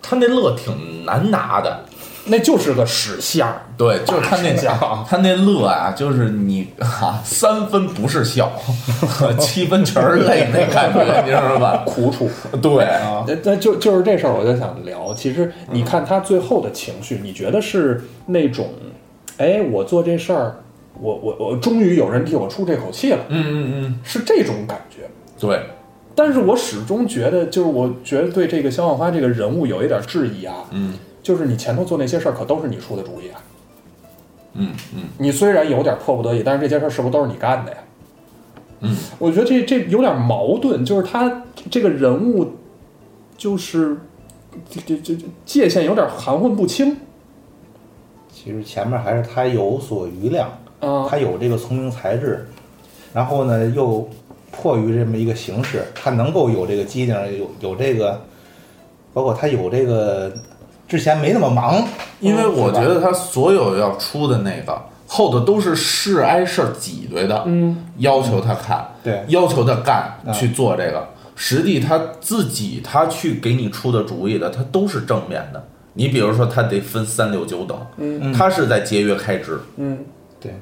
他那乐挺难拿的，
那就是个屎相儿，
对，就是他那
是
家， *laughs* 他那乐啊，就是你啊，三分不是笑， *laughs* 七分全是泪那感觉，你知道吧？
苦楚。啊
对，
那那就就是这事儿，我就想聊。其实你看他最后的情绪，你觉得是那种，哎，我做这事儿，我我我终于有人替我出这口气了，
嗯嗯嗯，
是这种感觉。
对，
但是我始终觉得，就是我觉得对这个肖万花这个人物有一点质疑啊，
嗯
就是你前头做那些事儿可都是你出的主意啊。
嗯嗯，
你虽然有点迫不得已，但是这些事儿是不是都是你干的呀？
嗯，
我觉得这这有点矛盾，就是他这个人物，就是这这这这界限有点含混不清
其实前面还是他有所余量，
啊。
他有这个聪明才智，然后呢又迫于这么一个形势，他能够有这个机灵，有有这个，包括他有这个之前没那么忙，
因
哦
为我觉得他所有要出的那个后头都是是挨事儿挤兑的，
嗯，
要求他看，
对
要求他干
嗯
去做这个，实际他自己他去给你出的主意的，他都是正面的。你比如说，他得分三六九等，
嗯
他是在节约开支，
嗯
对，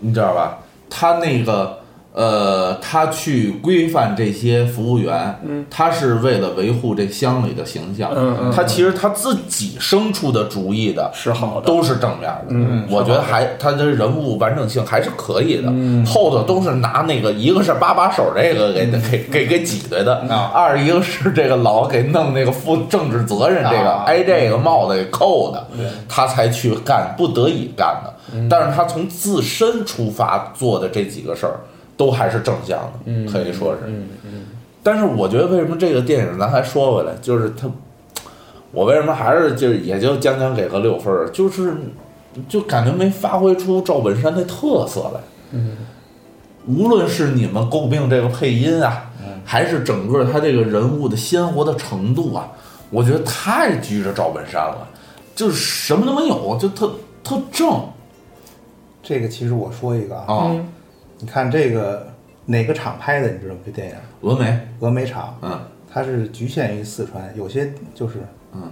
你知道吧？他那个呃，他去规范这些服务员，
嗯，
他是为了维护这乡里的形象，
嗯嗯
他其实他自己生出的主意的
是好的
都是正面的，
嗯
我觉得还他的人物完整性还是可以的，后头都是拿那个一个是八把手这个给、给给给挤兑的，二一个是这个老给弄那个负政治责任这个、
啊
挨这个帽子给扣的，他才去干，不得已干的。但是他从自身出发做的这几个事儿，都还是正向的，可以说是。但是我觉得为什么这个电影，咱还说回来，就是他，我为什么还是就是也就将将给个六分儿，就是就感觉没发挥出赵本山的特色来。嗯，无论是你们诟病这个配音啊，还是整个他这个人物的鲜活的程度啊，我觉得太拘着赵本山了，就是什么都没有，就特特正
这个其实我说一个啊，
啊。
你看这个哪个厂拍的，你知道吗？这电影
峨眉，
峨眉厂，
嗯
它是局限于四川，有些就是
嗯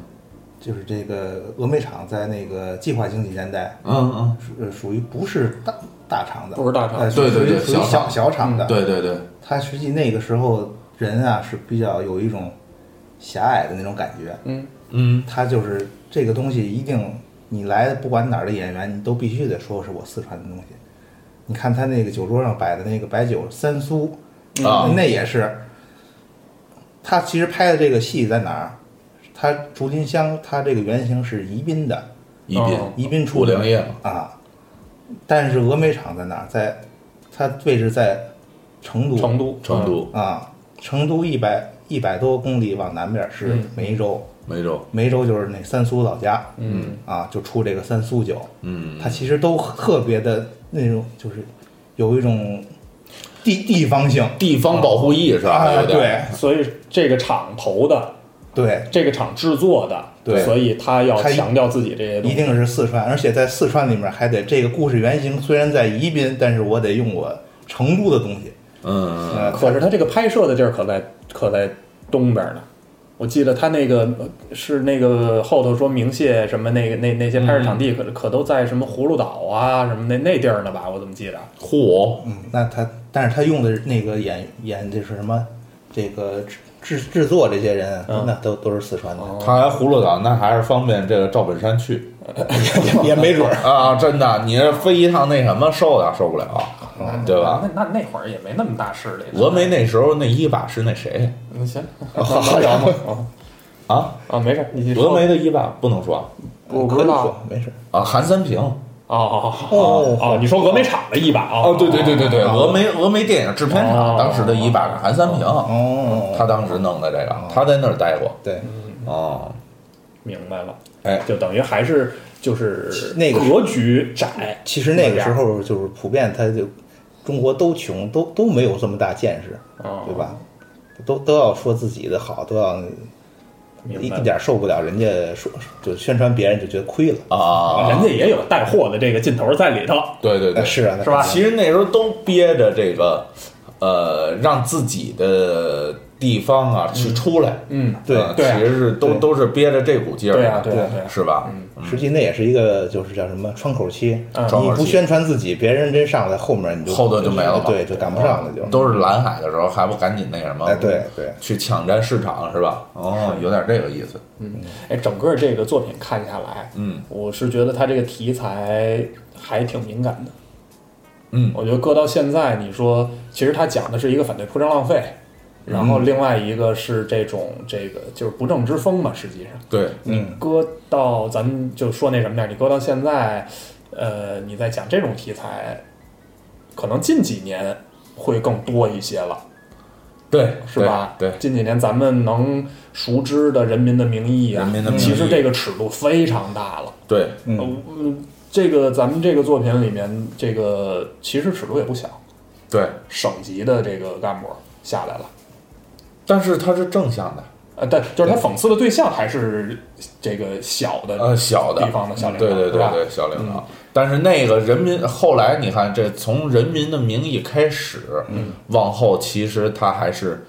就是这个峨眉厂在那个计划经济年代，
嗯嗯，
属呃属于不是大大厂的，
不是大厂
呃
对对对
属于属于
小嗯
小小厂的。，
对对对，
他实际那个时候人啊是比较有一种狭隘的那种感觉，
嗯
嗯
他就是这个东西一定你来不管哪儿的演员，你都必须得说是我四川的东西。你看他那个酒桌上摆的那个白酒三苏，
啊
那也是。他其实拍的这个戏在哪儿？他竹林乡，他这个原型是宜宾的，
宜宾
哦
宜宾
出
出的
良业嘛，
啊，但是峨眉厂在哪儿？在它位置在成都，
成都
成都。
啊，成都一百一百多公里往南边是
嗯
梅州，
梅州，
梅州就是那三苏老家，
嗯
啊，就出这个三苏酒，
嗯，
它其实都特别的那种，就是有一种地地方性
地方保护意识啊，
啊，
有点，
对
嗯所以这个厂投的，
对，
这个厂制作的，
对
所以他要
他一
强调自己这些东
一
西。
定是四川，而且在四川里面还得这个故事原型虽然在宜宾，但是我得用我成都的东西，
嗯，
呃，
可是他这个拍摄的地儿可在可在东边呢。我记得他那个呃是那个后头说鸣谢什么那个那那些拍摄场地可、
嗯
可都在什么葫芦岛啊什么那那地儿呢吧？我怎么记得？啊
嚯，
嗯，那他，但是他用的那个演演就是什么，这个制制制作这些人，
嗯哦
那都都是四川的，
看来葫芦岛那还是方便这个赵本山去
*laughs* 也没准儿。
啊，真的，你这飞一趟那什么，受也受不了，对吧？
那那那会儿也没那么大势力。
峨眉那时候那一把是那谁
嗯 *laughs* 行，能聊吗？
啊？
啊啊，没事，你
峨眉的一把不能说
我不
可以
知道
说没事。
啊，韩三平
哦哦哦哦哦，你说峨眉厂的一把啊？
哦，对对对对对，峨眉峨眉电影制片厂当时的一把是韩三平，
哦，
他当时弄的这个，他在那儿待过
对，
哦，
明白了。
哎
就等于还是就是
那个
格局窄，
其实那个时候就是普遍，他就中国都穷，都都没有这么大见识，
啊，
哦
对吧？都都要说自己的好，都要一
明白
一点受不了人家说就宣传别人就觉得亏了。
啊，
人家也有带货的这个劲头在里头。
对对对，
哎是啊那
是吧？
肯定
其实那时候都憋着这个，呃，让自己的地方啊去出来，
嗯，
对
啊
对啊
其实是都
对
都是憋着这股劲儿的，
对啊，对啊，对啊，
是吧？
实际那也是一个就是叫什么窗口期，
嗯
你不宣传自己，别人真上来，后面你就
后头就没了嘛
对，就赶不上了就。
都是蓝海的时候，还不赶紧那什么？
哎，对，对，
去抢占市场是吧？哦，有点这个意思。
哎，整个这个作品看下来，
嗯
我是觉得他这个题材还挺敏感的。
嗯
我觉得搁到现在，你说其实他讲的是一个反对铺张浪费，然
嗯
后另外一个是这种这个就是不正之风嘛，实际上。
对，
你搁到咱们就说那什么点儿，你搁到现在，呃，你在讲这种题材，可能近几年会更多一些了，
对，
是吧？
对，对
近几年咱们能熟知的《人民的名义》啊，
人民的名义
其实这个尺度非常大了。
对，
嗯、嗯，这个咱们这个作品里面，这个其实尺度也不小，
对。
省级的这个干部下来了。
但是它是正向的，
呃，但就是他讽刺的对象还是这个小的
呃，小的
地方的小领导
对对
是
对
吧
对，小领导。但是那个人民后来，你看这从《人民的名义》开始，嗯，往后其实他还是，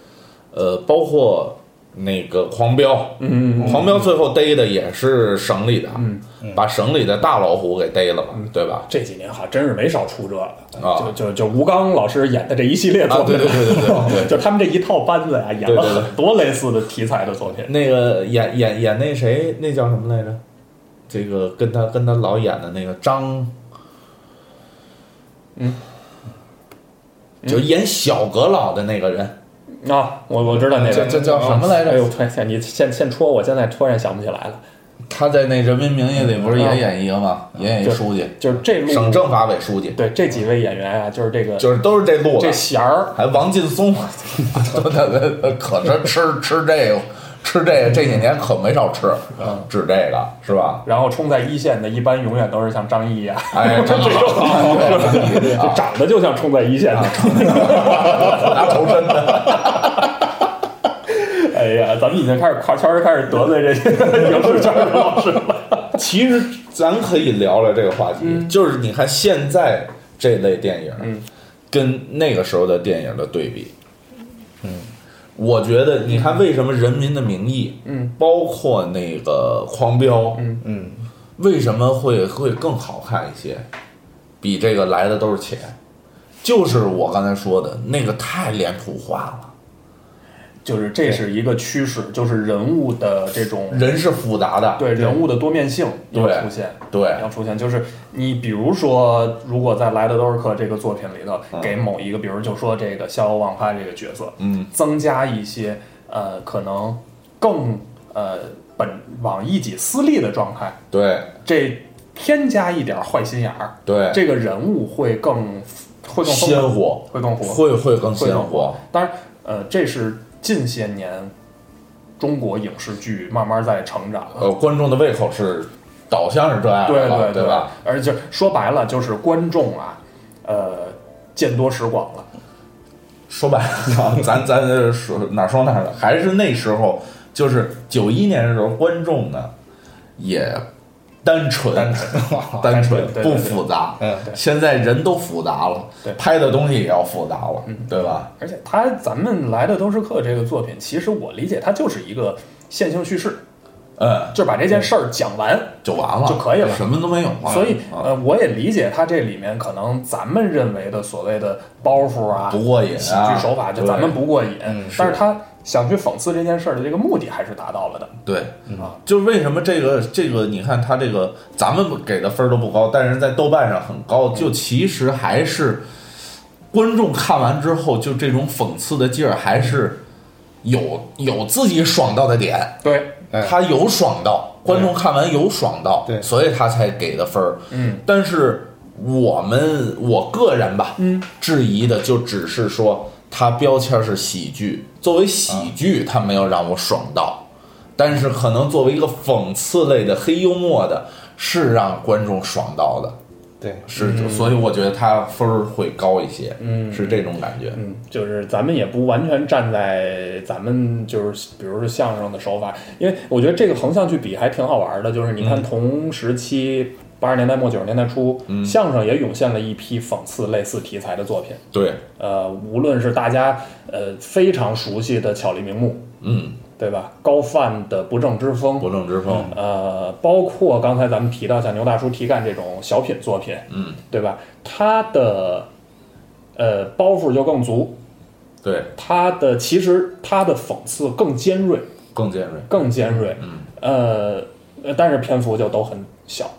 呃，包括那个狂飙，嗯，狂飙最后逮的也是省里的，嗯，把省里的大老虎给逮了嘛，对吧？
这几年好像真是没少出这个，
啊
就就就吴刚老师演的这一系列作品，
*laughs* 啊对对对对对对
*laughs* 就他们这一套班子呀、演
对
了
对对
很多类似的题材的作品。
那个演演演那谁，那叫什么来着？这个跟他跟他老演的那个张，
嗯，
嗯就演小阁老的那个人，
啊，我我知道那个
这这叫什么来着
哎呦，突然现你现现戳我，现在突然想不起来了。
他在那《人民名义》里不是也演一个吗？也演
嗯
一
对
书记，
就是这路
省政法委书记，
对这几位演员啊，就是这个
就是都是这路
这
子。
弦儿，
还王劲松， *laughs* 都他妈可是吃吃这个吃这个这几年可没少吃，
嗯
指这个是吧？
然后冲在一线的，一般永远都是像张译
*laughs*
啊， *laughs*
哎，真好，
就长得就像冲在一线的。
啊拿头针的。
哎呀，咱们已经开始跨圈儿，开始得罪这
*laughs*
些影视圈的老师了。
其实咱可以聊聊这个话题，
嗯
就是你看现在这类电影，跟那个时候的电影的对比，嗯，我觉得你看为什么《人民的名义》，
嗯，
包括那个《狂飙》，
嗯
嗯，
为什么会会更好看一些？比这个来的都是钱，就是我刚才说的那个太脸谱化了，
就是这是一个趋势，就是人物的这种
人是复杂的，
对人物的多面性要
对
出现，
对
要出现。就是你比如说，如果在《来的都是客》这个作品里头，给某一个，比如就说这个逍遥忘发这个角色，
嗯，
增加一些呃可能更呃本往一己私利的状态，
对
这添加一点坏心眼儿，
对，
这个人物会更会更丰
鲜
满，
活
会更活，
会会更
会
鲜
更
活，。
当然，呃，这是近些年中国影视剧慢慢在成长。
呃，观众的胃口是导向是这样的
对
了，
啊对
对吧？？
而且说白了就是观众啊，呃，见多识广了。
说白 *laughs* 了，啊咱咱这说哪儿说哪儿了，还是那时候，就是九一年的时候，观众呢也单纯， *laughs* 单纯，单纯
对对对
不复杂。
嗯
现在人都复杂了
对，
拍的东西也要复杂了，对吧？
而且他咱们来的都是客这个作品，其实我理解它就是一个线性叙事，
嗯，
就把这件事儿讲完。
就完了，
就可以了
什么都没有了。
所以，
啊
呃，我也理解它这里面可能咱们认为的所谓的包袱啊、
不过瘾
喜
啊，
剧手法，就
对嗯
咱们不过瘾。但是他想去讽刺这件事儿的这个目的还是达到了的。
对，
啊
就为什么这个这个，你看他这个，咱们给的分儿都不高，但是在豆瓣上很高，就其实还是观众看完之后，就这种讽刺的劲儿还是有有自己爽到的点，
对，
哎
他有爽到，观众看完有爽到，
对
所以他才给的分儿。
嗯，
但是我们我个人吧，嗯，质疑的就只是说它标签是喜剧，作为喜剧，它没有让我爽到，但是可能作为一个讽刺类的黑幽默的，是让观众爽到的。
对，
是，所以我觉得他分儿会高一些，
嗯
是这种感觉。
嗯，就是咱们也不完全站在咱们就是，比如说相声的手法，因为我觉得这个横向去比还挺好玩的。就是你看同时期八十年代末九十年代初，
嗯
相声也涌现了一批讽刺类似题材的作品。
对，
呃，无论是大家呃非常熟悉的巧立名目，
嗯，
对吧？高泛的不正之风，
不正之风，
呃，包括刚才咱们提到像牛大叔提干这种小品作品，
嗯，
对吧？他的呃包袱就更足，
对，
他的其实他的讽刺更尖锐，
更尖锐。
更尖锐，
嗯
呃，呃但是篇幅就都很小。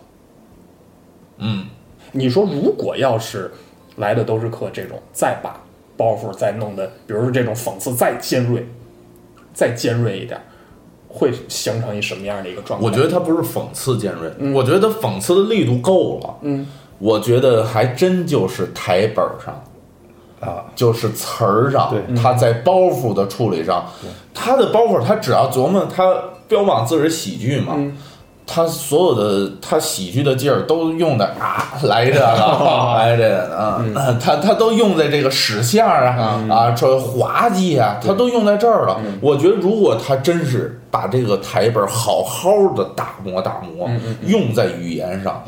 嗯，
你说如果要是来的都是客这种，再把包袱再弄的，比如说这种讽刺再尖锐，再尖锐一点，会形成一什么样的一个状态？
我觉得他不是讽刺尖锐，我觉得讽刺的力度够了。
嗯，
我觉得还真就是台本儿上，
啊，
就是词儿上
对，
他在包袱的处理上，他的包袱他只要琢磨他标榜自己是喜剧嘛。他所有的他喜剧的劲儿都用的啊，来这个，来这个啊，他他都用在这个使相啊啊，这滑稽啊，他都用在这儿了。我觉得如果他真是把这个台本好好的打磨打磨，用在语言上，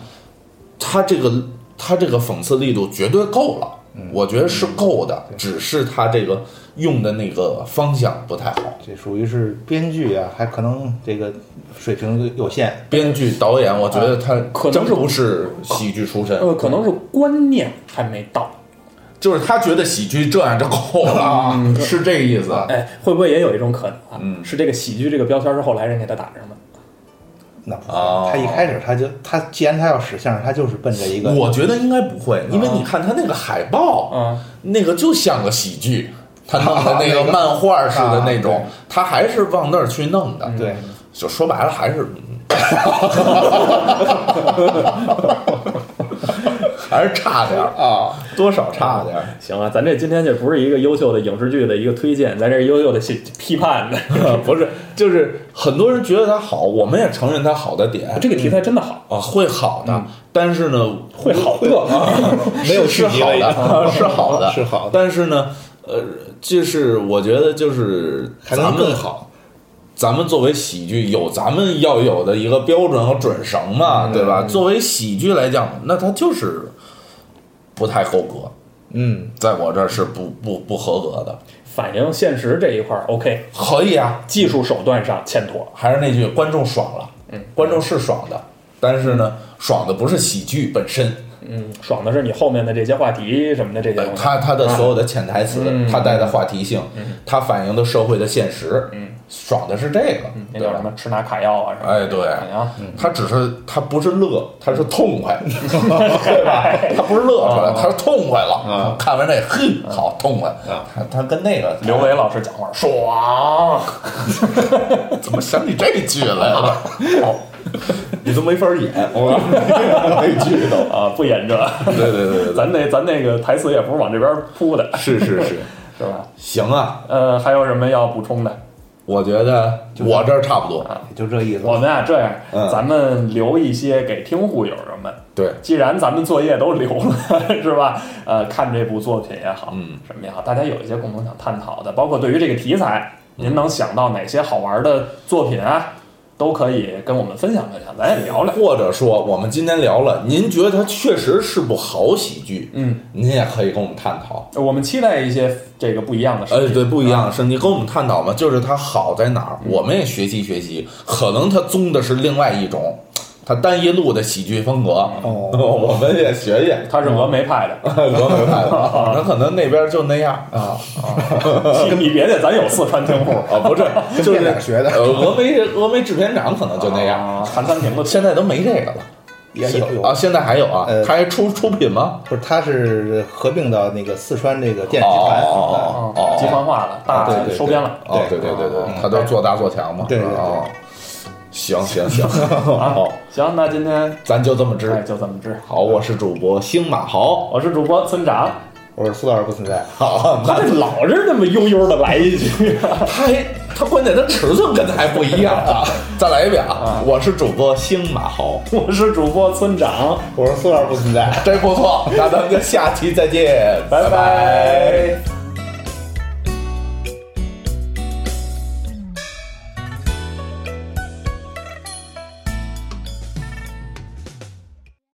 他这个他这个讽刺力度绝对够了，我觉得是够的，只是他这个用的那个方向不太好。
这属于是编剧啊，还可能这个水平有限。
编剧、导演，我觉得他
可能
真
是
不是喜剧出身，
呃，可能是观念还没到。
就是他觉得喜剧这样就够了啊，是这个意思。
哎，会不会也有一种可能啊？
嗯
是这个喜剧这个标签是后来人给他打上的。
那不
哦
他一开始他就他既然他要使相声，他就是奔着一个
我觉得应该不会，因为你看他那个海报，
嗯
那个就像个喜剧，他弄的那个漫画似的那种，他还是往那儿去弄的。
对，
就说白了还是，嗯 *laughs* 还是差点儿，
啊，
多少差点儿。
行啊，咱这今天这不是一个优秀的影视剧的一个推荐，咱这是优秀的批批判的。
*laughs* 不是，就是很多人觉得它好，我们也承认它好的点
这个题材真的好，
啊，会好的，但是呢，
会好的。
没有
是
续集
好
了已经
的，
*laughs*
是好的，
是好的
但是呢，呃，就是我觉得就是
还能
咱们
更好。
咱们作为喜剧，有咱们要有的一个标准和准绳嘛，
嗯
对吧？作为喜剧来讲，那它就是不太合格，
嗯，
在我这儿是不不不合格的。
反映现实这一块儿，OK，
可以啊，
技术手段上欠妥。
还是那句，观众爽了，嗯，观众是爽的，但是呢，爽的不是喜剧本身，
嗯，哎爽的是你后面的这些话题什么的这些
呃
东西。
他他的所有的潜台词
嗯，
他带的话题性，他反映的社会的现实，爽嗯的是这个，
那
对
叫什
吧？
么吃拿卡要啊什么的？
哎，对，
啊，
他只是他不是乐，他是痛快，对吧？ *laughs* 他不是乐出来，他是痛快了。看完这，嘿，好痛快。他他跟那个
*laughs* 刘维老师讲话爽。 *laughs*
怎么想起这句来了？哦 *laughs* 你都没法演， *laughs* 我那句都。
啊，不演这，
对对对对对，
咱那咱那个台词也不是往这边铺的，
是是是，
是吧？
行啊，
呃，还有什么要补充的？
我觉得我这儿差不多。
也就这意思。
我们啊，这样，
嗯
咱们留一些给听户友人们。
对，
既然咱们作业都留了，是吧？ *laughs* 呃，看这部作品也好，
嗯，
什么也好，大家有一些共同想探讨的，包括对于这个题材，您能想到哪些好玩的作品啊，都可以跟我们分享分享，咱也聊聊。
或者说我们今天聊了，您觉得它确实是部好喜剧，
嗯，
您也可以跟我们探讨。
我们期待一些这个不一样的事
哎，
情。
对，不一样的是，你跟我们探讨嘛，就是它好在哪儿，我们也学习学习。可能它宗的是另外一种，它单一路的喜剧风格，
哦
*laughs* 我们也学学。
他是峨眉派的，
*laughs* 峨眉派的， *laughs* 那可能那边就那样啊
你别介，咱有四川听户，
啊，不是，就
电
是
影学的
呃峨眉峨眉制片厂可能就那样，
啊，韩三平的
现在都没这个了
也有有
啊，现在还有啊，
呃
它还出出品吗？
不是，他是合并到那个四川这个电视集团。
哦哦哦，
集团化了，大
对对对
收编了。
哦，对对对对，
嗯
他
哎
都做大做强嘛。
对对对
哦，行行行，
*laughs*
好，
啊行，那今天
咱就这么
哎
知。
就这么治。
好，我是主播星马豪。
我是主播村长，
我是苏老师不存在。
好，
他这老是那么悠悠的来一句，
他还他
他关键他尺寸跟他还不一样啊！
*laughs* 再来一遍啊！我是主播星马豪，
*laughs* 我是主播村长，
我是塑料不存在。
真不错。那咱们就下期再见，
拜
拜
拜。